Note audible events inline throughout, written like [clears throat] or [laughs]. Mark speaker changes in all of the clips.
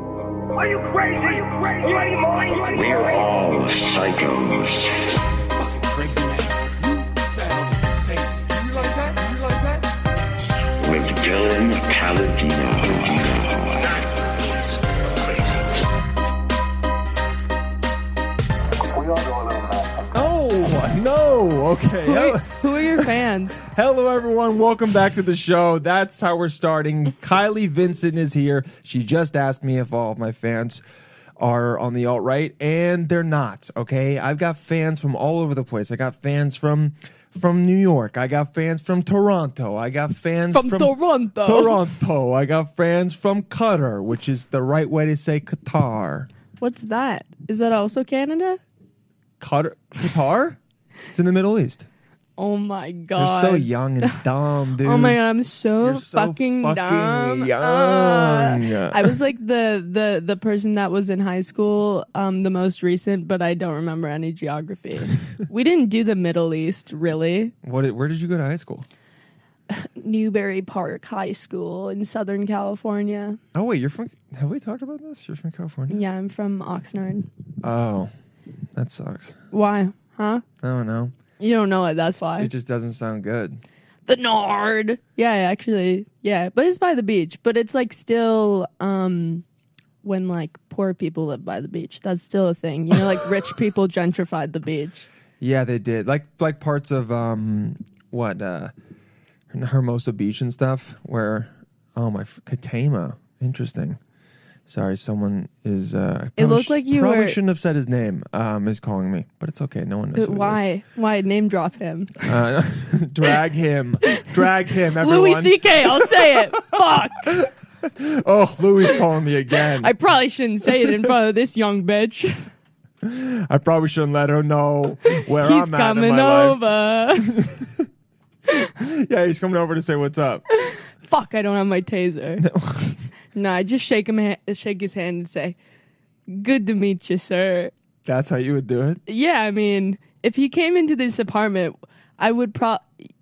Speaker 1: Are you crazy? Are you crazy? Are you mind? We're all psychos.
Speaker 2: fucking crazy man. You realize that? You realize that?
Speaker 1: With Dylan Paladino.
Speaker 3: No, Oh, no. Okay.
Speaker 4: Who
Speaker 3: Hello,
Speaker 4: are, who are
Speaker 3: [laughs]
Speaker 4: your fans?
Speaker 3: hello, everyone. Welcome back to the show. That's how we're
Speaker 4: [laughs]
Speaker 3: starting. Kylie Vincent is here. She just asked me if all of my fans are on the alt right, and they're not. Okay. I've got fans from all over the place. I got fans from from New York. I got fans from Toronto. I got fans
Speaker 4: From
Speaker 3: [laughs]
Speaker 4: Toronto.
Speaker 3: Toronto. I got fans from Qatar, which is the right way to say Qatar.
Speaker 4: What's that? Is that also Canada?
Speaker 3: Qatar. Qatar. It's in the Middle East.
Speaker 4: Oh my
Speaker 3: They're
Speaker 4: god.
Speaker 3: so young
Speaker 4: [laughs]
Speaker 3: and dumb, dude.
Speaker 4: Oh my god, I'm so,
Speaker 3: You're so
Speaker 4: fucking,
Speaker 3: fucking
Speaker 4: dumb.
Speaker 3: young.
Speaker 4: Ah. I was like the the the person that was in high school, um, the most recent, but I don't remember
Speaker 3: [laughs]
Speaker 4: any geography. we didn't do the Middle East really.
Speaker 3: What? did- Where did you go to high school?
Speaker 4: Newberry Park High School in Southern California.
Speaker 3: Oh wait, you're from. Have we talked about this? You're from California.
Speaker 4: Yeah, I'm from Oxnard.
Speaker 3: Oh, that sucks.
Speaker 4: Why? Huh?
Speaker 3: I don't know.
Speaker 4: You don't know it, that's why.
Speaker 3: It just doesn't sound good.
Speaker 4: the Nord. Yeah, actually, yeah, but it's by the beach. But it's like still um when like poor people live by the beach. That's still a thing. You know, like [laughs] rich people gentrified the beach.
Speaker 3: Yeah, they did. Like like parts of um what uh Hermosa Beach and stuff. Where oh my f- Katama. Interesting. Sorry, someone is. uh I
Speaker 4: It
Speaker 3: probably
Speaker 4: looked
Speaker 3: sh-
Speaker 4: like you
Speaker 3: probably
Speaker 4: were-
Speaker 3: shouldn't have said his name. Um, is calling me, but it's okay. No one knows.
Speaker 4: But
Speaker 3: who it
Speaker 4: why? Why name drop him?
Speaker 3: is. Uh, [laughs] drag
Speaker 4: [laughs]
Speaker 3: him, drag him, everyone.
Speaker 4: Louis C.K. I'll say it. [laughs] Fuck.
Speaker 3: Oh, Louis calling me again.
Speaker 4: I probably shouldn't say it in front of this young bitch.
Speaker 3: I probably shouldn't let her know where
Speaker 4: He's
Speaker 3: I'm at in
Speaker 4: coming
Speaker 3: my
Speaker 4: over.
Speaker 3: [laughs] life. Yeah, he's coming over to say what's up.
Speaker 4: Fuck. I don't have my taser. No, I just shake him, ha- shake his hand, and say, "Good to meet you, sir."
Speaker 3: That's how you would do it.
Speaker 4: Yeah, I mean, if he came into this apartment, I would pro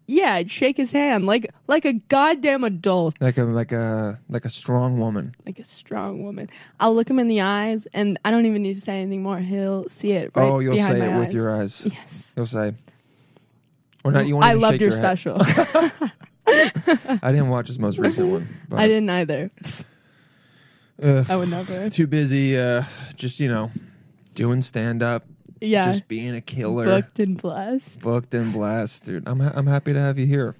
Speaker 4: yeah, I'd shake his hand like like a goddamn adult,
Speaker 3: Like a like a like a strong woman.
Speaker 4: like a strong woman. I'll look him in the eyes, and I don't even need to say anything more. He'll see it. Right
Speaker 3: oh, you'll
Speaker 4: behind
Speaker 3: say it
Speaker 4: my
Speaker 3: with
Speaker 4: eyes.
Speaker 3: your eyes.
Speaker 4: Yes.
Speaker 3: You'll say. Or not, you won't
Speaker 4: I
Speaker 3: even
Speaker 4: loved
Speaker 3: shake
Speaker 4: your,
Speaker 3: head. [laughs]
Speaker 4: special.
Speaker 3: I didn't watch his
Speaker 4: [laughs]
Speaker 3: most recent one. But,
Speaker 4: I didn't either.
Speaker 3: uh,
Speaker 4: I
Speaker 3: [laughs]
Speaker 4: would never.
Speaker 3: too busy, uh, just you know, doing stand up,
Speaker 4: Yeah,
Speaker 3: just being a killer,
Speaker 4: booked and blessed.
Speaker 3: booked and blast, dude. I'm ha- I'm happy to have you here.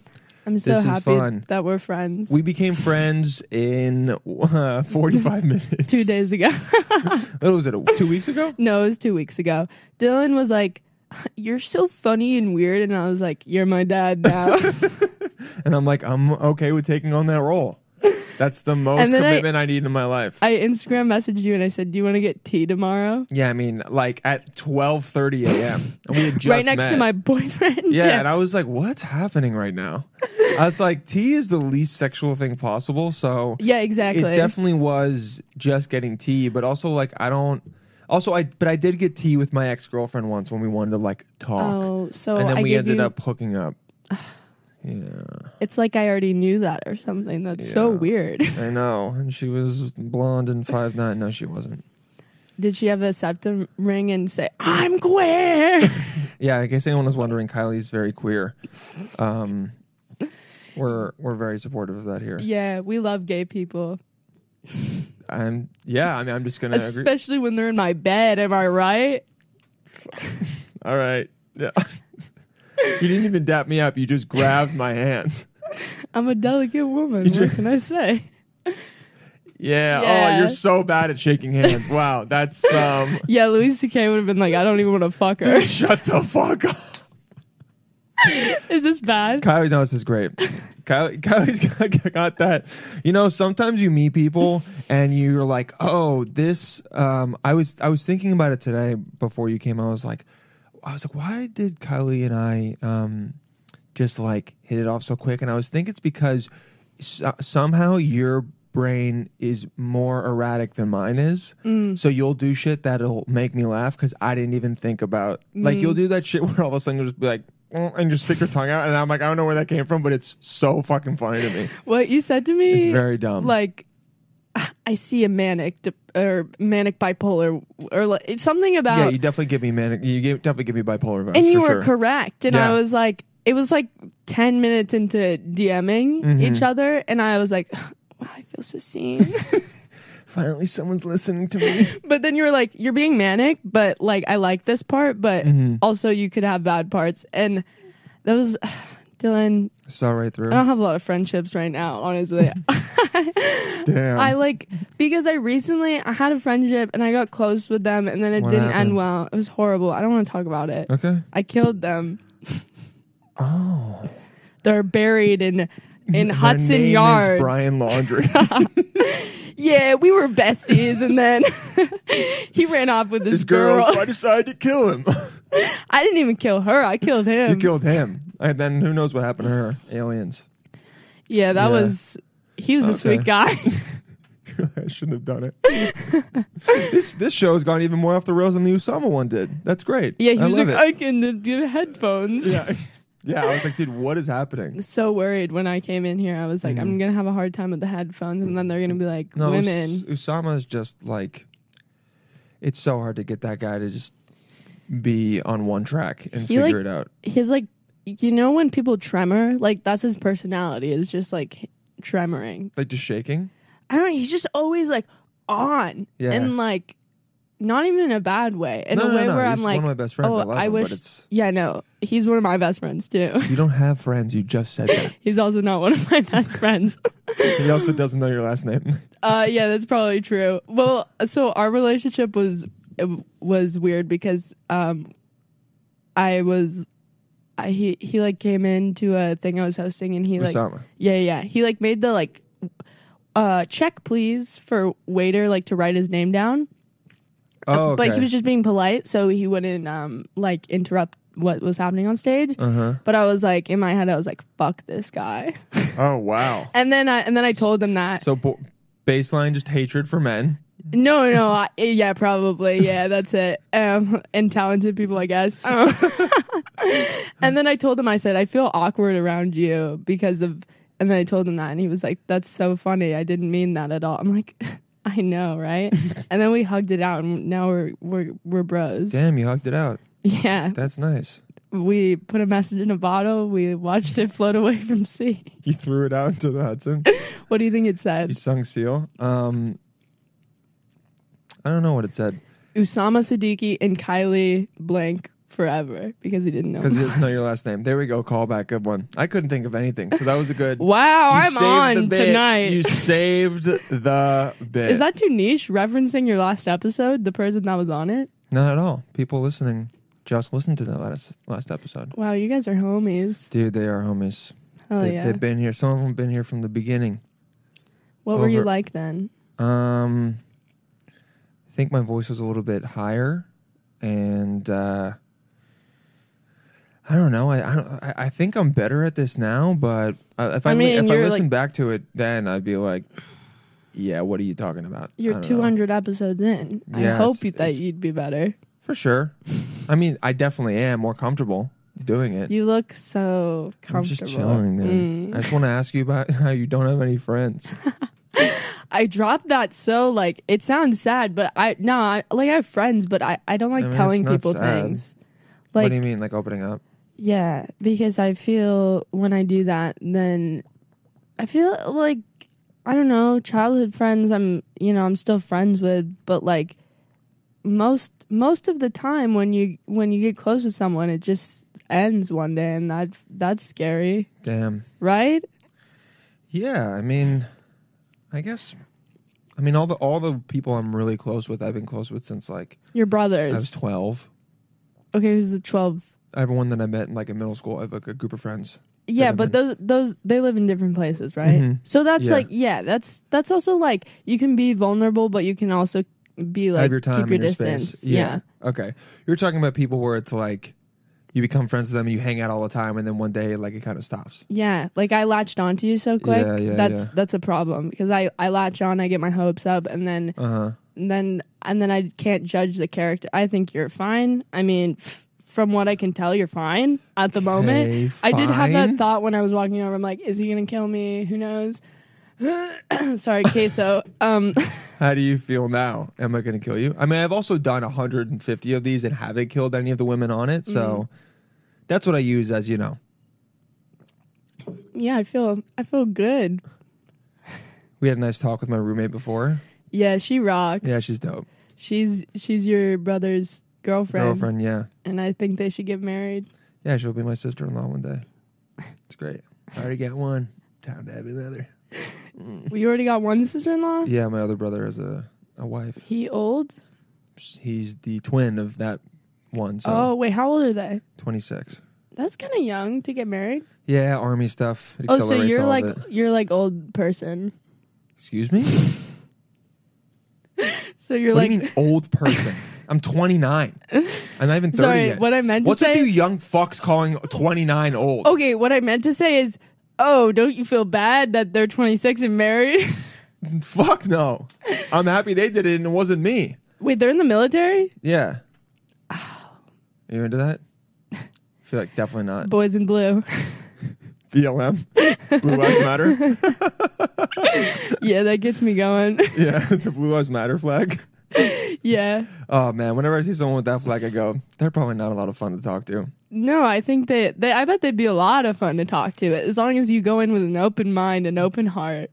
Speaker 4: I'm so
Speaker 3: This is
Speaker 4: happy
Speaker 3: fun.
Speaker 4: that we're friends.
Speaker 3: We became friends in uh,
Speaker 4: [laughs]
Speaker 3: 45 minutes.
Speaker 4: two days ago. [laughs]
Speaker 3: What was it? Two weeks ago?
Speaker 4: No, it was two weeks ago. Dylan was like, "You're so funny and weird," and I was like, "You're my
Speaker 3: [laughs]
Speaker 4: dad now."
Speaker 3: And I'm like, I'm okay with taking on that role. That's the most
Speaker 4: And then I-
Speaker 3: commitment I, need in my life.
Speaker 4: I Instagram messaged you and I said, "Do you want to get tea tomorrow?"
Speaker 3: yeah, I mean, like at 12:30 a.m. and we had just
Speaker 4: right next to
Speaker 3: met.
Speaker 4: my [laughs] boyfriend.
Speaker 3: yeah, and I was like, what's happening right now? I was like, tea is the least sexual thing possible, so
Speaker 4: Yeah, exactly.
Speaker 3: it definitely was just getting tea, but also like I don't. Also, I but I did get tea with my ex girlfriend once when we wanted to like talk,
Speaker 4: Oh, so
Speaker 3: and then
Speaker 4: I
Speaker 3: we
Speaker 4: gave
Speaker 3: ended
Speaker 4: you-
Speaker 3: up hooking
Speaker 4: [sighs]
Speaker 3: up. yeah,
Speaker 4: it's like I already knew that or something. That's so
Speaker 3: Yeah.
Speaker 4: weird. [laughs]
Speaker 3: I know. And she was blonde and five nine. No, she wasn't.
Speaker 4: Did she have a septum ring and say, "I'm
Speaker 3: [laughs]
Speaker 4: queer"?
Speaker 3: Yeah, in case anyone was wondering, Kylie's very queer. Um, we're we're very supportive of that here.
Speaker 4: yeah, we love gay people,
Speaker 3: I'm yeah. I mean, I'm just gonna agree.
Speaker 4: especially when they're in my bed. Am I right?
Speaker 3: All right. Yeah. [laughs] you didn't even dap me up. You just grabbed my hand.
Speaker 4: I'm a
Speaker 3: [laughs]
Speaker 4: delicate woman. What
Speaker 3: just-
Speaker 4: can I say?
Speaker 3: Yeah. Oh,
Speaker 4: Yeah.
Speaker 3: you're so bad at shaking hands. Wow. That's um. [laughs]
Speaker 4: Yeah, Louis C.K. would have been like, "I don't even want to fuck her."
Speaker 3: shut the fuck up.
Speaker 4: Is this bad?
Speaker 3: Kylie knows this is great. Kylie, Kylie's [laughs] got, got that. You know, sometimes you meet people and you're like, "Oh, this." Um, I was I was thinking about it today before you came. I was like, I was like, why did Kylie and I um, just like hit it off so quick? And I was thinking it's because so- somehow your brain is more erratic than mine is.
Speaker 4: Mm.
Speaker 3: So you'll do shit that'll make me laugh because I didn't even think about. Like you'll
Speaker 4: Mm.
Speaker 3: do that shit [laughs] where all of a sudden you'll just be like. "Mm," And just stick your tongue out, and I'm like, I don't know where
Speaker 4: [laughs]
Speaker 3: that came from, but it's so fucking funny to me. Um,
Speaker 4: What you said to me?
Speaker 3: It's very dumb.
Speaker 4: Like, I see a manic de- or manic bipolar or like, it's something about
Speaker 3: yeah, you definitely give me manic. You gave, definitely give me bipolar vibes.
Speaker 4: uh, and you
Speaker 3: for
Speaker 4: were
Speaker 3: sure.
Speaker 4: correct and
Speaker 3: Yeah.
Speaker 4: i was like it was like 10 minutes into dming
Speaker 3: Mm-hmm.
Speaker 4: each other and i was like [sighs] wow i feel so seen [laughs]
Speaker 3: Finally, someone's listening to me.
Speaker 4: but then you were like you're being manic but like i like this part but
Speaker 3: Mm-hmm.
Speaker 4: also you could have bad parts and that was [sighs] dylan
Speaker 3: Saw right through.
Speaker 4: i don't have a lot of friendships right now honestly
Speaker 3: Damn.
Speaker 4: i like because i recently i had a friendship and i got close with them and then it
Speaker 3: What
Speaker 4: didn't
Speaker 3: happened?
Speaker 4: end well it was horrible i don't want to talk about it
Speaker 3: okay.
Speaker 4: I killed them. Oh. They're buried in in
Speaker 3: Oh. Their
Speaker 4: Hudson
Speaker 3: name is
Speaker 4: Yards.
Speaker 3: Brian
Speaker 4: [laughs]
Speaker 3: Laundry.
Speaker 4: Yeah, we were besties and then [laughs] he ran off with this,
Speaker 3: this girl.
Speaker 4: girl.
Speaker 3: So I decided to kill
Speaker 4: [laughs]
Speaker 3: him.
Speaker 4: I didn't even kill her. I killed him.
Speaker 3: you killed him, and then who knows what happened to her? Aliens. [laughs]
Speaker 4: yeah, that
Speaker 3: Yeah.
Speaker 4: was he was a
Speaker 3: Okay.
Speaker 4: sweet guy. [laughs]
Speaker 3: I shouldn't have done it. this this show has gone even more off the rails than the Usama one did. That's great.
Speaker 4: yeah, he
Speaker 3: I
Speaker 4: was
Speaker 3: love
Speaker 4: like,
Speaker 3: it.
Speaker 4: I can do the headphones.
Speaker 3: yeah. [laughs] yeah, I was like, dude, what is
Speaker 4: [laughs]
Speaker 3: happening?
Speaker 4: So worried when I came in here. I was like,
Speaker 3: Mm-hmm.
Speaker 4: I'm gonna have a hard time with the headphones, and then they're gonna be like,
Speaker 3: No, Us-
Speaker 4: women.
Speaker 3: Usama is just like, it's so hard to get that guy to just be on one track and
Speaker 4: He,
Speaker 3: figure
Speaker 4: like-
Speaker 3: it out.
Speaker 4: his like you know when people tremor like that's his personality is just like tremoring
Speaker 3: Like just shaking.
Speaker 4: i don't know he's just always like on
Speaker 3: Yeah.
Speaker 4: and like not even in a bad way in
Speaker 3: No,
Speaker 4: a
Speaker 3: no,
Speaker 4: way
Speaker 3: no,
Speaker 4: where i'm
Speaker 3: he's
Speaker 4: like
Speaker 3: one of my best friends.
Speaker 4: oh
Speaker 3: I love him, but
Speaker 4: wish
Speaker 3: it's-
Speaker 4: yeah no he's one of my best friends too [laughs]
Speaker 3: You don't have friends. You just said that.
Speaker 4: he's also not one of my best friends
Speaker 3: he also doesn't know your last name.
Speaker 4: Uh, yeah, that's probably true. Well, so our relationship was was weird because um, I was, I he he like came into a thing I was hosting and he like
Speaker 3: Usama.
Speaker 4: yeah yeah he like made the like uh check please for waiter like to write his name down
Speaker 3: Oh,
Speaker 4: uh, but
Speaker 3: okay.
Speaker 4: he was just being polite so he wouldn't um like interrupt what was happening on stage
Speaker 3: Uh-huh.
Speaker 4: but I was like in my head I was like fuck this guy [laughs]
Speaker 3: Oh wow.
Speaker 4: and then I and then I told him that
Speaker 3: So bo- baseline just hatred for men.
Speaker 4: No, no, I, yeah, probably, yeah, that's it. Um, and talented people, I guess. Um, [laughs] and then I told him, I said, I feel awkward around you because of. And then I told him that, and he was like, "That's so funny. I didn't mean that at all." I'm like, [laughs] "I know, right?" and then we hugged it out, and now we're we're we're bros.
Speaker 3: Damn, you hugged it out.
Speaker 4: Yeah,
Speaker 3: That's nice.
Speaker 4: we put a message in a bottle. We watched it float away from [laughs] sea.
Speaker 3: You threw it out into the [laughs] Hudson.
Speaker 4: What do you think it
Speaker 3: You
Speaker 4: said?
Speaker 3: sung seal. Um, I don't know what it said
Speaker 4: Usama Siddiqui and Kylie blank forever because he didn't know.
Speaker 3: because he doesn't know your last name. There we go. Call back. Good one. I couldn't think of anything, so that was a
Speaker 4: [laughs]
Speaker 3: good.
Speaker 4: Wow,
Speaker 3: You
Speaker 4: I'm
Speaker 3: saved the
Speaker 4: on
Speaker 3: bit.
Speaker 4: tonight.
Speaker 3: You saved the bit.
Speaker 4: Is that too niche referencing your last episode, the person that was on it?
Speaker 3: not at all? People listening just listened to that last last episode.
Speaker 4: Wow, you guys are homies.
Speaker 3: Dude, they are homies.
Speaker 4: Oh
Speaker 3: they,
Speaker 4: yeah.
Speaker 3: They've been here. Some of them been here from the beginning.
Speaker 4: what were you
Speaker 3: over-
Speaker 4: like then?
Speaker 3: Um, I think my voice was a little bit higher, and uh, I don't know. I I, don't, I I think I'm better at this now, but uh, if I,
Speaker 4: I
Speaker 3: li-
Speaker 4: mean,
Speaker 3: if I
Speaker 4: you're,
Speaker 3: listen
Speaker 4: like-
Speaker 3: back to it, then I'd be like, yeah, what are you talking about? I
Speaker 4: You're
Speaker 3: don't know.
Speaker 4: 200 episodes in.
Speaker 3: Yeah,
Speaker 4: I hope
Speaker 3: it's-
Speaker 4: you that
Speaker 3: it's-
Speaker 4: you'd be better.
Speaker 3: for sure. I mean, I definitely am more comfortable doing it.
Speaker 4: You look so
Speaker 3: I'm just
Speaker 4: comfortable. Mm.
Speaker 3: chilling, man. I just want to ask you about [laughs] how you don't have any friends.
Speaker 4: I dropped that so like it sounds sad, but I no, I, like I have friends, but I I don't like
Speaker 3: mean, it's
Speaker 4: telling
Speaker 3: not
Speaker 4: people
Speaker 3: sad.
Speaker 4: things.
Speaker 3: what
Speaker 4: [laughs] Like
Speaker 3: do you mean, like opening up?
Speaker 4: Yeah, because I feel when I do that, then I feel like I don't know childhood friends. I'm you know I'm still friends with, but like most most of the time when you when you get close with someone, it just ends one day, and that that's scary,
Speaker 3: Damn.
Speaker 4: right?
Speaker 3: Yeah, I mean, I guess, I mean all the all the people I'm really close with, I've been close with since like I
Speaker 4: Your
Speaker 3: was
Speaker 4: brothers.
Speaker 3: twelve.
Speaker 4: okay, who's the twelve?
Speaker 3: Everyone that I met in like in middle school, I have like a group of friends.
Speaker 4: Yeah,
Speaker 3: They've
Speaker 4: but those those they live in different places, right?
Speaker 3: Mhm.
Speaker 4: So that's
Speaker 3: Yeah.
Speaker 4: like yeah, that's that's also like you can be vulnerable, but you can also be like
Speaker 3: have your time
Speaker 4: keep
Speaker 3: and
Speaker 4: your,
Speaker 3: your
Speaker 4: distance.
Speaker 3: space. Okay, you're talking about people where it's like you become friends with them, you hang out all the time, and then one day like it kind of stops.
Speaker 4: Yeah, like I latched onto you so quick.
Speaker 3: Yeah, yeah,
Speaker 4: that's
Speaker 3: yeah.
Speaker 4: that's a problem because I I latch on, I get my hopes up, and then
Speaker 3: Uh huh.
Speaker 4: and then and then I can't judge the character. I think you're fine. I mean. F- from what I can tell, you're fine at the moment.
Speaker 3: Okay,
Speaker 4: I did have that
Speaker 3: fine.
Speaker 4: thought when I was walking over. I'm like, is he gonna kill me? Who knows? [clears throat] Sorry, queso. Um, [laughs]
Speaker 3: How do you feel now? Am I going to kill you? I mean, I've also done 150 of these and haven't killed any of the women on it.
Speaker 4: Mm-hmm.
Speaker 3: So that's what I use as, you know,
Speaker 4: yeah, I feel I feel good.
Speaker 3: we had a nice talk with my roommate before.
Speaker 4: Yeah, she rocks.
Speaker 3: Yeah, she's dope.
Speaker 4: she's she's your brother's girlfriend,
Speaker 3: Girlfriend, yeah.
Speaker 4: and I think they should get married.
Speaker 3: Yeah, she'll be my sister in law one day. It's great. I already got one. Time to have another.
Speaker 4: We already got one sister-in-law.
Speaker 3: Yeah, my other brother has a, a wife.
Speaker 4: He old?
Speaker 3: He's the twin of that one. So
Speaker 4: Oh wait, how old are they?
Speaker 3: 26.
Speaker 4: That's kind of young to get married.
Speaker 3: Yeah, army stuff. It
Speaker 4: Oh, so
Speaker 3: accelerates
Speaker 4: you're
Speaker 3: all
Speaker 4: like
Speaker 3: of it.
Speaker 4: you're like old person.
Speaker 3: Excuse
Speaker 4: [laughs]
Speaker 3: me?
Speaker 4: So you're
Speaker 3: what
Speaker 4: like
Speaker 3: do you mean old person? I'm 29. I'm not even 30
Speaker 4: Sorry,
Speaker 3: yet.
Speaker 4: what I meant to
Speaker 3: What's
Speaker 4: say-
Speaker 3: with
Speaker 4: Oh.
Speaker 3: you young fucks calling 29 old?
Speaker 4: okay. What I meant to say is, oh, don't you feel bad that they're 26 and married? [laughs]
Speaker 3: Fuck no. I'm happy they did it and it wasn't me.
Speaker 4: wait, they're in the military.
Speaker 3: Yeah. Oh. Are you into [laughs] that? I feel like definitely not.
Speaker 4: Boys in blue. [laughs]
Speaker 3: BLM. Blue Lives [laughs] Matter.
Speaker 4: yeah, that gets me going. [laughs]
Speaker 3: Yeah, [laughs] the Blue Lives Matter flag.
Speaker 4: yeah.
Speaker 3: Oh man, whenever I see someone with that flag, I go, they're probably not a lot of fun to talk to.
Speaker 4: No, I think that they, I bet they'd be a lot of fun to talk to as long as you go in with an open mind and open heart.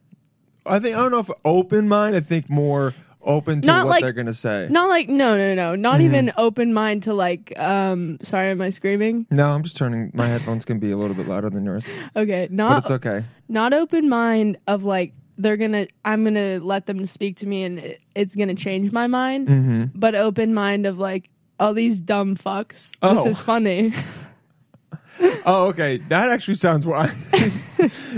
Speaker 3: I think I don't know if open mind. I think more open to
Speaker 4: Not
Speaker 3: what
Speaker 4: like-
Speaker 3: they're gonna say.
Speaker 4: Not like no, no, no, not
Speaker 3: Mm-hmm.
Speaker 4: even open mind to like. um Sorry, am I screaming?
Speaker 3: No, I'm just turning my headphones can be a little bit louder than yours,
Speaker 4: Okay,
Speaker 3: but
Speaker 4: not
Speaker 3: it's okay.
Speaker 4: not open mind of like they're gonna i'm gonna let them speak to me and it, it's gonna change my mind
Speaker 3: Mm-hmm.
Speaker 4: but open mind of like all these dumb fucks this
Speaker 3: Oh.
Speaker 4: is funny [laughs]
Speaker 3: Oh, okay. That actually sounds why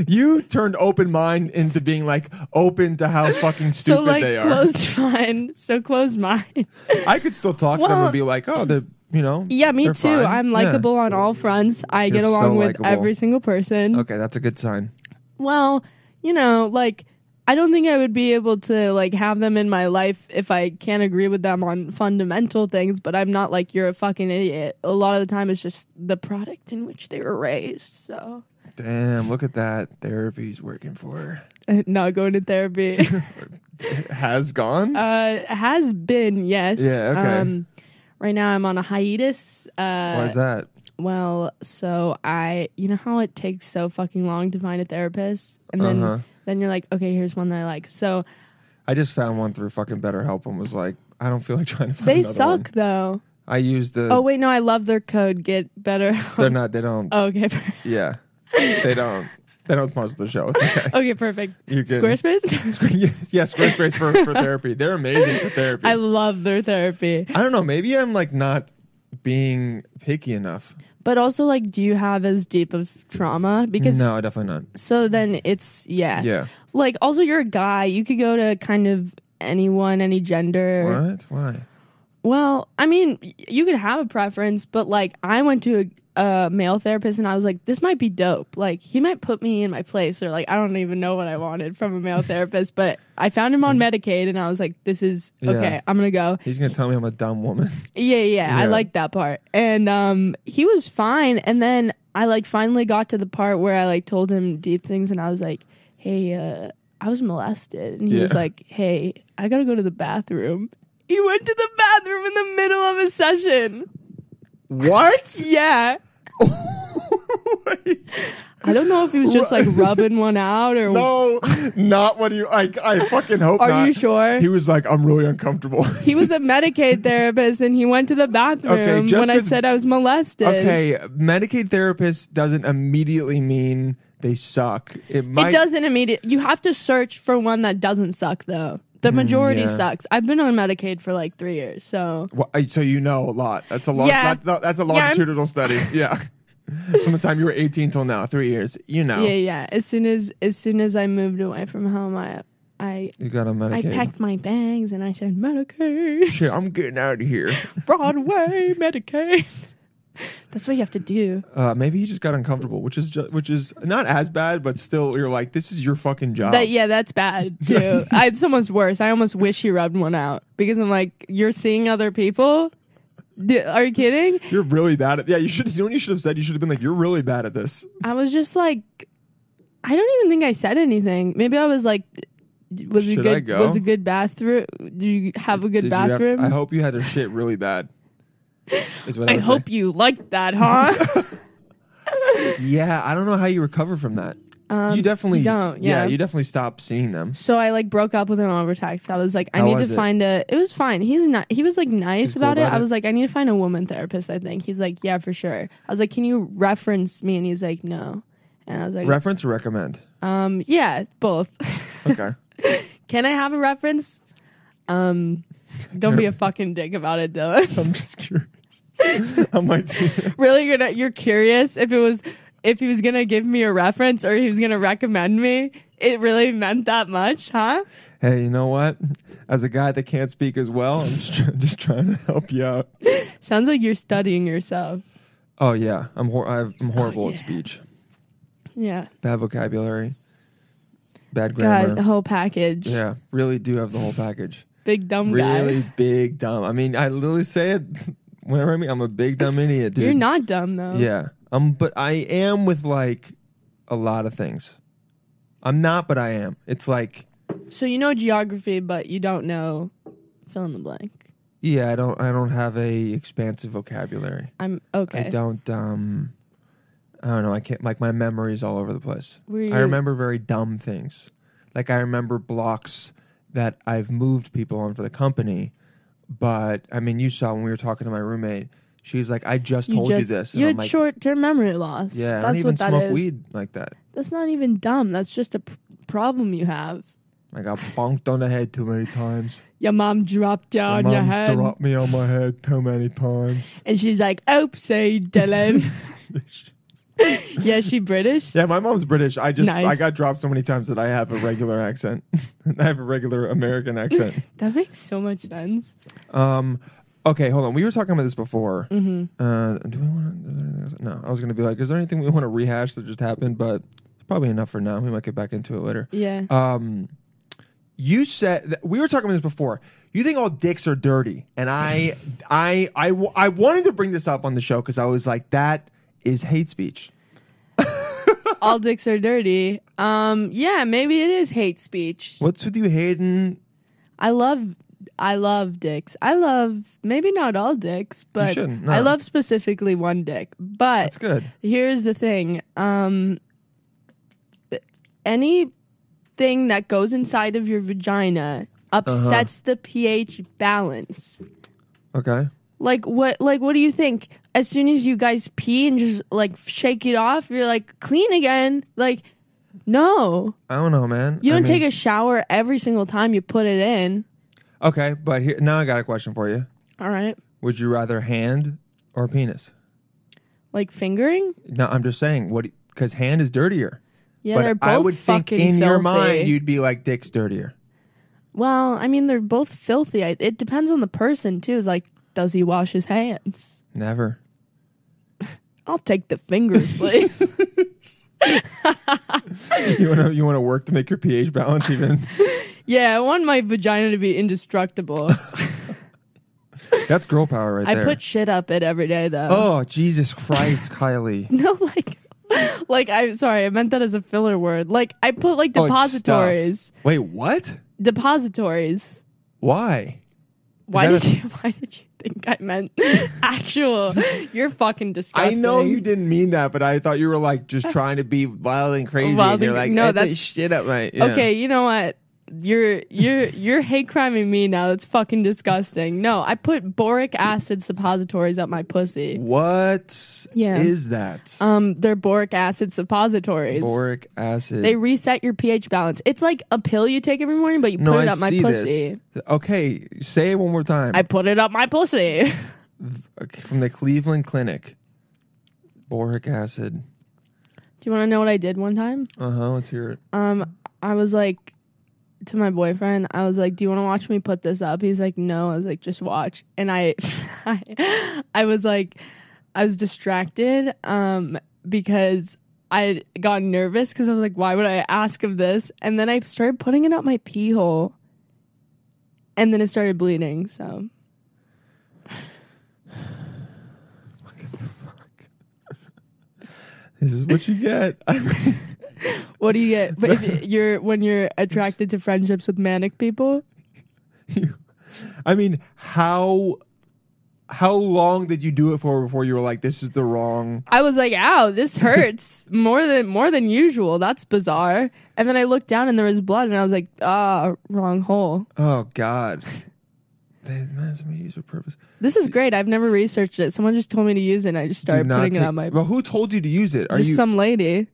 Speaker 4: [laughs]
Speaker 3: you turned open mind into being like open to how fucking stupid
Speaker 4: so like
Speaker 3: they are.
Speaker 4: closed [laughs] mind so closed mind
Speaker 3: I could still talk to them
Speaker 4: Well-
Speaker 3: and be like, oh, they're you know.
Speaker 4: yeah me
Speaker 3: they're
Speaker 4: too
Speaker 3: fine.
Speaker 4: i'm
Speaker 3: Yeah.
Speaker 4: likable on all fronts i get
Speaker 3: You're so
Speaker 4: along with
Speaker 3: likable.
Speaker 4: every single person
Speaker 3: Okay, that's a good sign.
Speaker 4: well you know like i don't think i would be able to like have them in my life if i can't agree with them on fundamental things but i'm not like you're a fucking idiot a lot of the time it's just the product in which they were raised so
Speaker 3: Damn, look at that. Therapy's working for her. [laughs]
Speaker 4: not going to therapy
Speaker 3: Has gone.
Speaker 4: [laughs] uh has been yes Um,
Speaker 3: Yeah, okay.
Speaker 4: right now i'm on a hiatus uh
Speaker 3: Why is that?
Speaker 4: well so i you know how it takes so fucking long to find a therapist and then
Speaker 3: Uh-huh.
Speaker 4: then you're like okay here's one that i like
Speaker 3: [laughs]
Speaker 4: so
Speaker 3: I just found one through fucking BetterHelp and was like, I don't feel like [laughs] trying to find.
Speaker 4: they
Speaker 3: another
Speaker 4: suck
Speaker 3: one.
Speaker 4: though
Speaker 3: I used the.
Speaker 4: Oh wait, no, I love their code. Get
Speaker 3: [laughs]
Speaker 4: better. [laughs]
Speaker 3: They're not. They don't.
Speaker 4: okay,
Speaker 3: Yeah,
Speaker 4: Oh.
Speaker 3: they don't. They don't sponsor the show. It's okay. [laughs]
Speaker 4: okay, perfect.
Speaker 3: You're good. [laughs]
Speaker 4: Squarespace.
Speaker 3: yeah, Squarespace for, for therapy. They're amazing for therapy.
Speaker 4: I
Speaker 3: I,
Speaker 4: love their therapy.
Speaker 3: don't know. Maybe I'm like not being picky enough.
Speaker 4: But also, like, do you have as deep of trauma? Because
Speaker 3: No, definitely not.
Speaker 4: so then it's yeah,
Speaker 3: Yeah.
Speaker 4: Like, also, you're a guy. You could go to kind of anyone, any gender.
Speaker 3: What? Why?
Speaker 4: Well, I mean, y- you could have a preference, but like, I went to a, a male therapist and I was like, this might be dope. Like, he might put me in my place, or like, I don't even know what I wanted from a male therapist, but I found him on Medicaid and I was like, this is
Speaker 3: Yeah.
Speaker 4: okay, I'm gonna go.
Speaker 3: He's gonna tell me I'm a dumb woman.
Speaker 4: Yeah, yeah, I
Speaker 3: Yeah.
Speaker 4: like that part. And um, he was fine. And then I like finally got to the part where I like told him deep things and I was like, hey, uh, I was molested. And he was
Speaker 3: Yeah.
Speaker 4: like, hey, I gotta go to the bathroom. He went to the bathroom in the middle of a session.
Speaker 3: What? [laughs]
Speaker 4: Yeah. I don't know if he was just like rubbing one out or
Speaker 3: no, not what you. I I fucking hope.
Speaker 4: Are
Speaker 3: not.
Speaker 4: you sure?
Speaker 3: He was like, I'm really uncomfortable.
Speaker 4: [laughs] he was a Medicaid therapist and he went to the bathroom
Speaker 3: Okay, just
Speaker 4: when I
Speaker 3: 'cause-
Speaker 4: said I was molested.
Speaker 3: okay, Medicaid therapist doesn't immediately mean they suck. It might.
Speaker 4: It doesn't immediate. You have to search for one that doesn't suck, though. The majority
Speaker 3: Mm, yeah.
Speaker 4: sucks. I've been on Medicaid for like three years, so
Speaker 3: Well, I- so you know a lot. That's a long.
Speaker 4: Yeah.
Speaker 3: That, that's a
Speaker 4: Yeah, I'm-
Speaker 3: longitudinal study. [laughs] Yeah. From the time you were 18 till now, three years. You know.
Speaker 4: yeah, yeah. As soon as as soon as I moved away from home, I I
Speaker 3: You got on
Speaker 4: I
Speaker 3: Medicaid.
Speaker 4: packed my bags and I said Medicaid,
Speaker 3: Shit, I'm getting out of here.
Speaker 4: Broadway Medicaid. [laughs] That's what you have to do.
Speaker 3: Uh, maybe he just got uncomfortable, which is ju- which is not as bad, but still, you're like, this is your fucking job.
Speaker 4: That yeah, that's bad
Speaker 3: [laughs]
Speaker 4: too. I, it's almost worse. I almost wish he rubbed one out because I'm like, you're seeing other people. D- are you kidding?
Speaker 3: you're really bad at. Yeah, you should. You know what you should have said? You should have been like, you're really bad at this.
Speaker 4: I was just like, I don't even think I said anything. Maybe I was like, was it
Speaker 3: Should I
Speaker 4: good?
Speaker 3: go?
Speaker 4: Was a good bathroom? Do you have a good
Speaker 3: Did you have-
Speaker 4: bathroom?
Speaker 3: I hope you had to shit really bad. Is what I,
Speaker 4: I
Speaker 3: would
Speaker 4: hope you liked that,
Speaker 3: [laughs]
Speaker 4: huh?
Speaker 3: say. Yeah, I don't know how you recover from that. you definitely
Speaker 4: Um, you don't, yeah.
Speaker 3: you definitely stop seeing them.
Speaker 4: so I like broke up with him over text. I was like, I
Speaker 3: How
Speaker 4: need
Speaker 3: was
Speaker 4: to
Speaker 3: it?
Speaker 4: find a. It was fine. He's not. He was like nice
Speaker 3: cool
Speaker 4: about, it.
Speaker 3: about
Speaker 4: I
Speaker 3: it?
Speaker 4: was like, I need to find a woman therapist. I think he's like, yeah, for sure. I was like, can you reference me? And he's like, no. And I was like,
Speaker 3: Reference or recommend?
Speaker 4: um, yeah, both. [laughs]
Speaker 3: Okay.
Speaker 4: Can I have a reference? Um, don't be a fucking dick about it, Dylan.
Speaker 3: I'm just curious. [laughs] I'm like, [laughs]
Speaker 4: really, you're gonna, you're curious if it was if he was gonna give me a reference or he was gonna recommend me. It really meant that much, huh?
Speaker 3: hey, you know what? As a guy that can't speak as well, I'm just, try- [laughs] just trying to help you out.
Speaker 4: Sounds like you're studying yourself.
Speaker 3: Oh yeah, I'm hor- I've,
Speaker 4: Oh,
Speaker 3: I'm horrible at speech.
Speaker 4: Yeah,
Speaker 3: Bad vocabulary. Bad grammar.
Speaker 4: God, oh. the whole package.
Speaker 3: Yeah, really do have the whole package.
Speaker 4: Big dumb
Speaker 3: really
Speaker 4: guy.
Speaker 3: big dumb. I mean, I literally say it [laughs] whenever I mean. I'm a big
Speaker 4: [laughs]
Speaker 3: dumb idiot, dude.
Speaker 4: You're not dumb though.
Speaker 3: Yeah. Um, but I am with like a lot of things. I'm not, but I am. It's like,
Speaker 4: So you know geography, but you don't know fill in the blank.
Speaker 3: yeah, I don't, I don't have a expansive vocabulary.
Speaker 4: I'm okay.
Speaker 3: I don't. Um, I don't know. I can't. Like my memory is all over the place.
Speaker 4: Were you-
Speaker 3: I remember very dumb things. Like I remember blocks that I've moved people on for the company, but I mean, you saw when we were talking to my roommate. She's like, I just
Speaker 4: You
Speaker 3: told
Speaker 4: just
Speaker 3: you this. And
Speaker 4: you
Speaker 3: I'm
Speaker 4: had
Speaker 3: like,
Speaker 4: short term memory loss.
Speaker 3: yeah,
Speaker 4: that's
Speaker 3: I don't even
Speaker 4: what that is.
Speaker 3: smoke weed like that.
Speaker 4: That's not even dumb. That's just a pr- problem you have.
Speaker 3: I got bonked on the head too many
Speaker 4: [laughs]
Speaker 3: times.
Speaker 4: Your mom dropped you
Speaker 3: My
Speaker 4: on your
Speaker 3: mom
Speaker 4: head.
Speaker 3: dropped me on my head too many times.
Speaker 4: [laughs] and she's like, oopsie, Dylan.
Speaker 3: [laughs]
Speaker 4: yeah, she British?
Speaker 3: Yeah, my mom's British. I just
Speaker 4: Nice.
Speaker 3: I got dropped so many times that I have a regular accent. [laughs] I have a regular American accent.
Speaker 4: That makes so much sense.
Speaker 3: Um, okay, hold on. We were talking about this before.
Speaker 4: Mm-hmm.
Speaker 3: Uh, do we want to? No, I was going to be like, is there anything we want to rehash that just happened? But it's probably enough for now. We might get back into it later.
Speaker 4: Yeah.
Speaker 3: Um, you said that, we were talking about this before. You think all dicks are dirty, and
Speaker 4: [laughs]
Speaker 3: I, I, I, w- I wanted to bring this up on the show because I was like, that is hate speech.
Speaker 4: All dicks are dirty. Um, yeah, maybe it is hate speech.
Speaker 3: What's with you hating?
Speaker 4: I love I love dicks. I love maybe not all dicks, but
Speaker 3: shouldn't, no.
Speaker 4: I love specifically one dick. But
Speaker 3: That's good.
Speaker 4: here's the thing um anything that goes inside of your vagina upsets
Speaker 3: Uh-huh.
Speaker 4: the ph balance
Speaker 3: Okay.
Speaker 4: like what like what do you think as soon as you guys pee and just like shake it off you're like clean again like no
Speaker 3: I don't know, man.
Speaker 4: you
Speaker 3: I
Speaker 4: don't
Speaker 3: mean-
Speaker 4: take a shower every single time you put it in
Speaker 3: Okay, but here now I got a question for you.
Speaker 4: all right
Speaker 3: Would you rather hand or penis?
Speaker 4: like fingering
Speaker 3: No, I'm just saying what because hand is dirtier.
Speaker 4: yeah
Speaker 3: but
Speaker 4: they're both
Speaker 3: I would think
Speaker 4: fucking
Speaker 3: in your
Speaker 4: filthy.
Speaker 3: mind you'd be like dick's dirtier.
Speaker 4: well i mean they're both filthy I, it depends on the person too is like does he wash his hands
Speaker 3: Never. [laughs]
Speaker 4: I'll take the fingers, please. [laughs]
Speaker 3: you want to you want to work to make your pH balance
Speaker 4: [laughs]
Speaker 3: even.
Speaker 4: yeah, I want my vagina to be indestructible.
Speaker 3: That's girl power right
Speaker 4: I
Speaker 3: there.
Speaker 4: put shit up it every day though.
Speaker 3: oh Jesus Christ, [laughs] Kylie.
Speaker 4: [laughs] No, like, like I'm sorry, I meant that as a filler word. Like I put like
Speaker 3: Oh, it's
Speaker 4: depositories,
Speaker 3: stuff. Wait, what?
Speaker 4: depositories.
Speaker 3: Why?
Speaker 4: Why
Speaker 3: that
Speaker 4: did
Speaker 3: a-
Speaker 4: you? [laughs] Why did you think I
Speaker 3: [laughs]
Speaker 4: meant actual? You're fucking disgusting.
Speaker 3: I know you didn't mean that, but I thought you were like
Speaker 4: [laughs]
Speaker 3: just trying to be wild and crazy.
Speaker 4: Wild
Speaker 3: and you're
Speaker 4: and-
Speaker 3: like,
Speaker 4: no,
Speaker 3: "Get
Speaker 4: that's-
Speaker 3: this shit up, mate. Yeah.
Speaker 4: Okay, you know what? You're you're you're hate criming me now. That's fucking disgusting. No, I put boric acid suppositories up my pussy.
Speaker 3: What
Speaker 4: Yeah.
Speaker 3: is that?
Speaker 4: Um, they're boric acid suppositories.
Speaker 3: Boric acid.
Speaker 4: They reset your pH balance. It's like a pill you take every morning, but you
Speaker 3: no,
Speaker 4: put it
Speaker 3: I
Speaker 4: up my
Speaker 3: see
Speaker 4: pussy.
Speaker 3: this. Okay, say it one more time.
Speaker 4: I put it up my pussy. [laughs]
Speaker 3: Okay, from the Cleveland Clinic. Boric acid.
Speaker 4: Do you want to know what I did one time?
Speaker 3: Uh huh. Let's hear it.
Speaker 4: I was like to my boyfriend, I was like, "Do you want to watch me put this up?" He's like, "No." I was like, "Just watch." And I [laughs] I, I was like I was distracted um because I got nervous because I was like, "Why would I ask of this?" And then I started putting it up my pee hole. And then it started bleeding, so
Speaker 3: [laughs] This is what you get.
Speaker 4: What do you get? But if you're when you're attracted to friendships with manic people,
Speaker 3: I mean, how how long did you do it for before you were like, this is the wrong?
Speaker 4: I was like,
Speaker 3: [laughs]
Speaker 4: "Ow, this hurts more than more than usual. That's bizarre." And then I looked down and there was blood, and I was like, "Ah, wrong hole.
Speaker 3: Oh God, they man, somebody use for purpose.
Speaker 4: This is great. I've never researched it. Someone just told me to use it, and I just
Speaker 3: Do
Speaker 4: started
Speaker 3: not
Speaker 4: putting
Speaker 3: take-
Speaker 4: it on my.
Speaker 3: Well, who told you to use it? Are
Speaker 4: Just
Speaker 3: you
Speaker 4: some lady.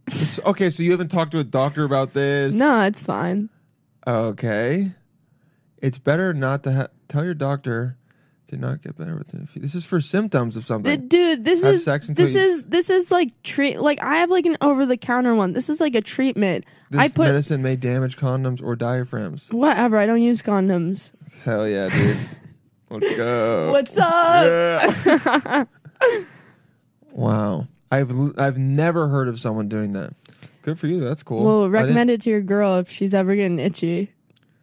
Speaker 3: okay? So you haven't talked to a doctor about this?
Speaker 4: No, it's fine.
Speaker 3: Okay. It's better not to ha- tell your doctor to not get better within a few. This is for symptoms of
Speaker 4: Th-
Speaker 3: something.
Speaker 4: dude this
Speaker 3: Have
Speaker 4: is
Speaker 3: sex until
Speaker 4: this
Speaker 3: you-
Speaker 4: is this is like treat like i have like an over-the-counter one this is like a treatment
Speaker 3: This
Speaker 4: i put
Speaker 3: medicine may damage condoms or diaphragms.
Speaker 4: whatever i don't use condoms
Speaker 3: Hell yeah,
Speaker 4: [laughs]
Speaker 3: dude. Let's go.
Speaker 4: what's up [laughs]
Speaker 3: Yeah. wow. I've l- I've never heard of someone doing that. Good for you. That's cool. I
Speaker 4: well
Speaker 3: didn't-
Speaker 4: recommend it to your girl if she's ever getting itchy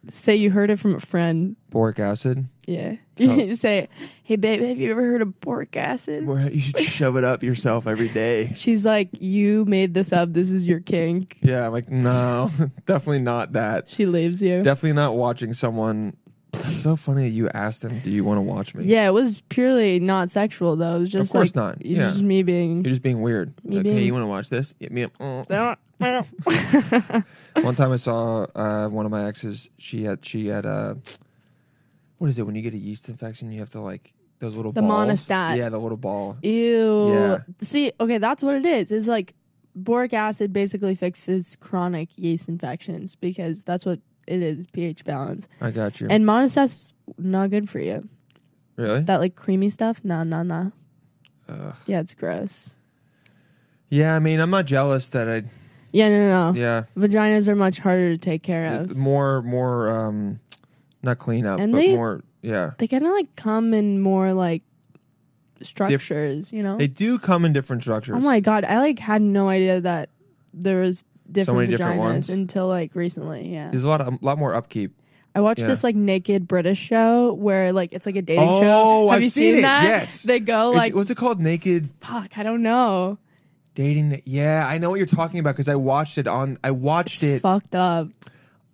Speaker 4: say you heard it from a friend
Speaker 3: boric acid.
Speaker 4: yeah
Speaker 3: [laughs] Oh.
Speaker 4: you say hey babe have you ever heard of boric acid
Speaker 3: You should shove it up yourself every day.
Speaker 4: she's like you made this up this is your kink
Speaker 3: Yeah, I'm like no, [laughs] definitely not that.
Speaker 4: she leaves you
Speaker 3: Definitely not watching someone. That's so funny. You asked him, "Do you want to watch me?"
Speaker 4: yeah it was purely not sexual though it was just
Speaker 3: course
Speaker 4: like
Speaker 3: not.
Speaker 4: it was
Speaker 3: Yeah.
Speaker 4: just me being
Speaker 3: You're just being weird.
Speaker 4: Me
Speaker 3: like,
Speaker 4: being-
Speaker 3: hey, you want to watch this? Hit me up. Mm. one time, I saw uh, one of my exes. She had she had uh, what is it when you get a yeast infection? You have to like those little
Speaker 4: The
Speaker 3: balls.
Speaker 4: monostat.
Speaker 3: Yeah, the little ball.
Speaker 4: Ew.
Speaker 3: Yeah.
Speaker 4: See, okay, that's what it is. It's like boric acid basically fixes chronic yeast infections because that's what it is, pH balance.
Speaker 3: I got you.
Speaker 4: And monostat's not good for you.
Speaker 3: really?
Speaker 4: That like creamy stuff, nah, nah, nah.
Speaker 3: Ugh.
Speaker 4: Yeah, it's gross.
Speaker 3: yeah, I mean, I'm not jealous that I.
Speaker 4: Yeah, no, no, no.
Speaker 3: Yeah,
Speaker 4: Vaginas are much harder to take care of.
Speaker 3: more more um, not clean up,
Speaker 4: And
Speaker 3: but
Speaker 4: they-
Speaker 3: more yeah.
Speaker 4: They kind of like come in more like structures, you know?
Speaker 3: They do come in different structures.
Speaker 4: Oh my god, I like had no idea that there was different
Speaker 3: many
Speaker 4: vaginas
Speaker 3: different ones.
Speaker 4: until like recently. Yeah.
Speaker 3: There's a lot of, a lot more upkeep.
Speaker 4: I watched
Speaker 3: Yeah.
Speaker 4: this like naked British show where like it's like a dating
Speaker 3: Oh,
Speaker 4: show. Have
Speaker 3: I've
Speaker 4: you
Speaker 3: seen
Speaker 4: seen,
Speaker 3: it,
Speaker 4: that?
Speaker 3: yes.
Speaker 4: They go
Speaker 3: Is-
Speaker 4: like,
Speaker 3: what's it called? Naked
Speaker 4: fuck, I don't know.
Speaker 3: dating. Yeah, I know what you're talking about because I watched it on. I watched it uh,
Speaker 4: Fucked up.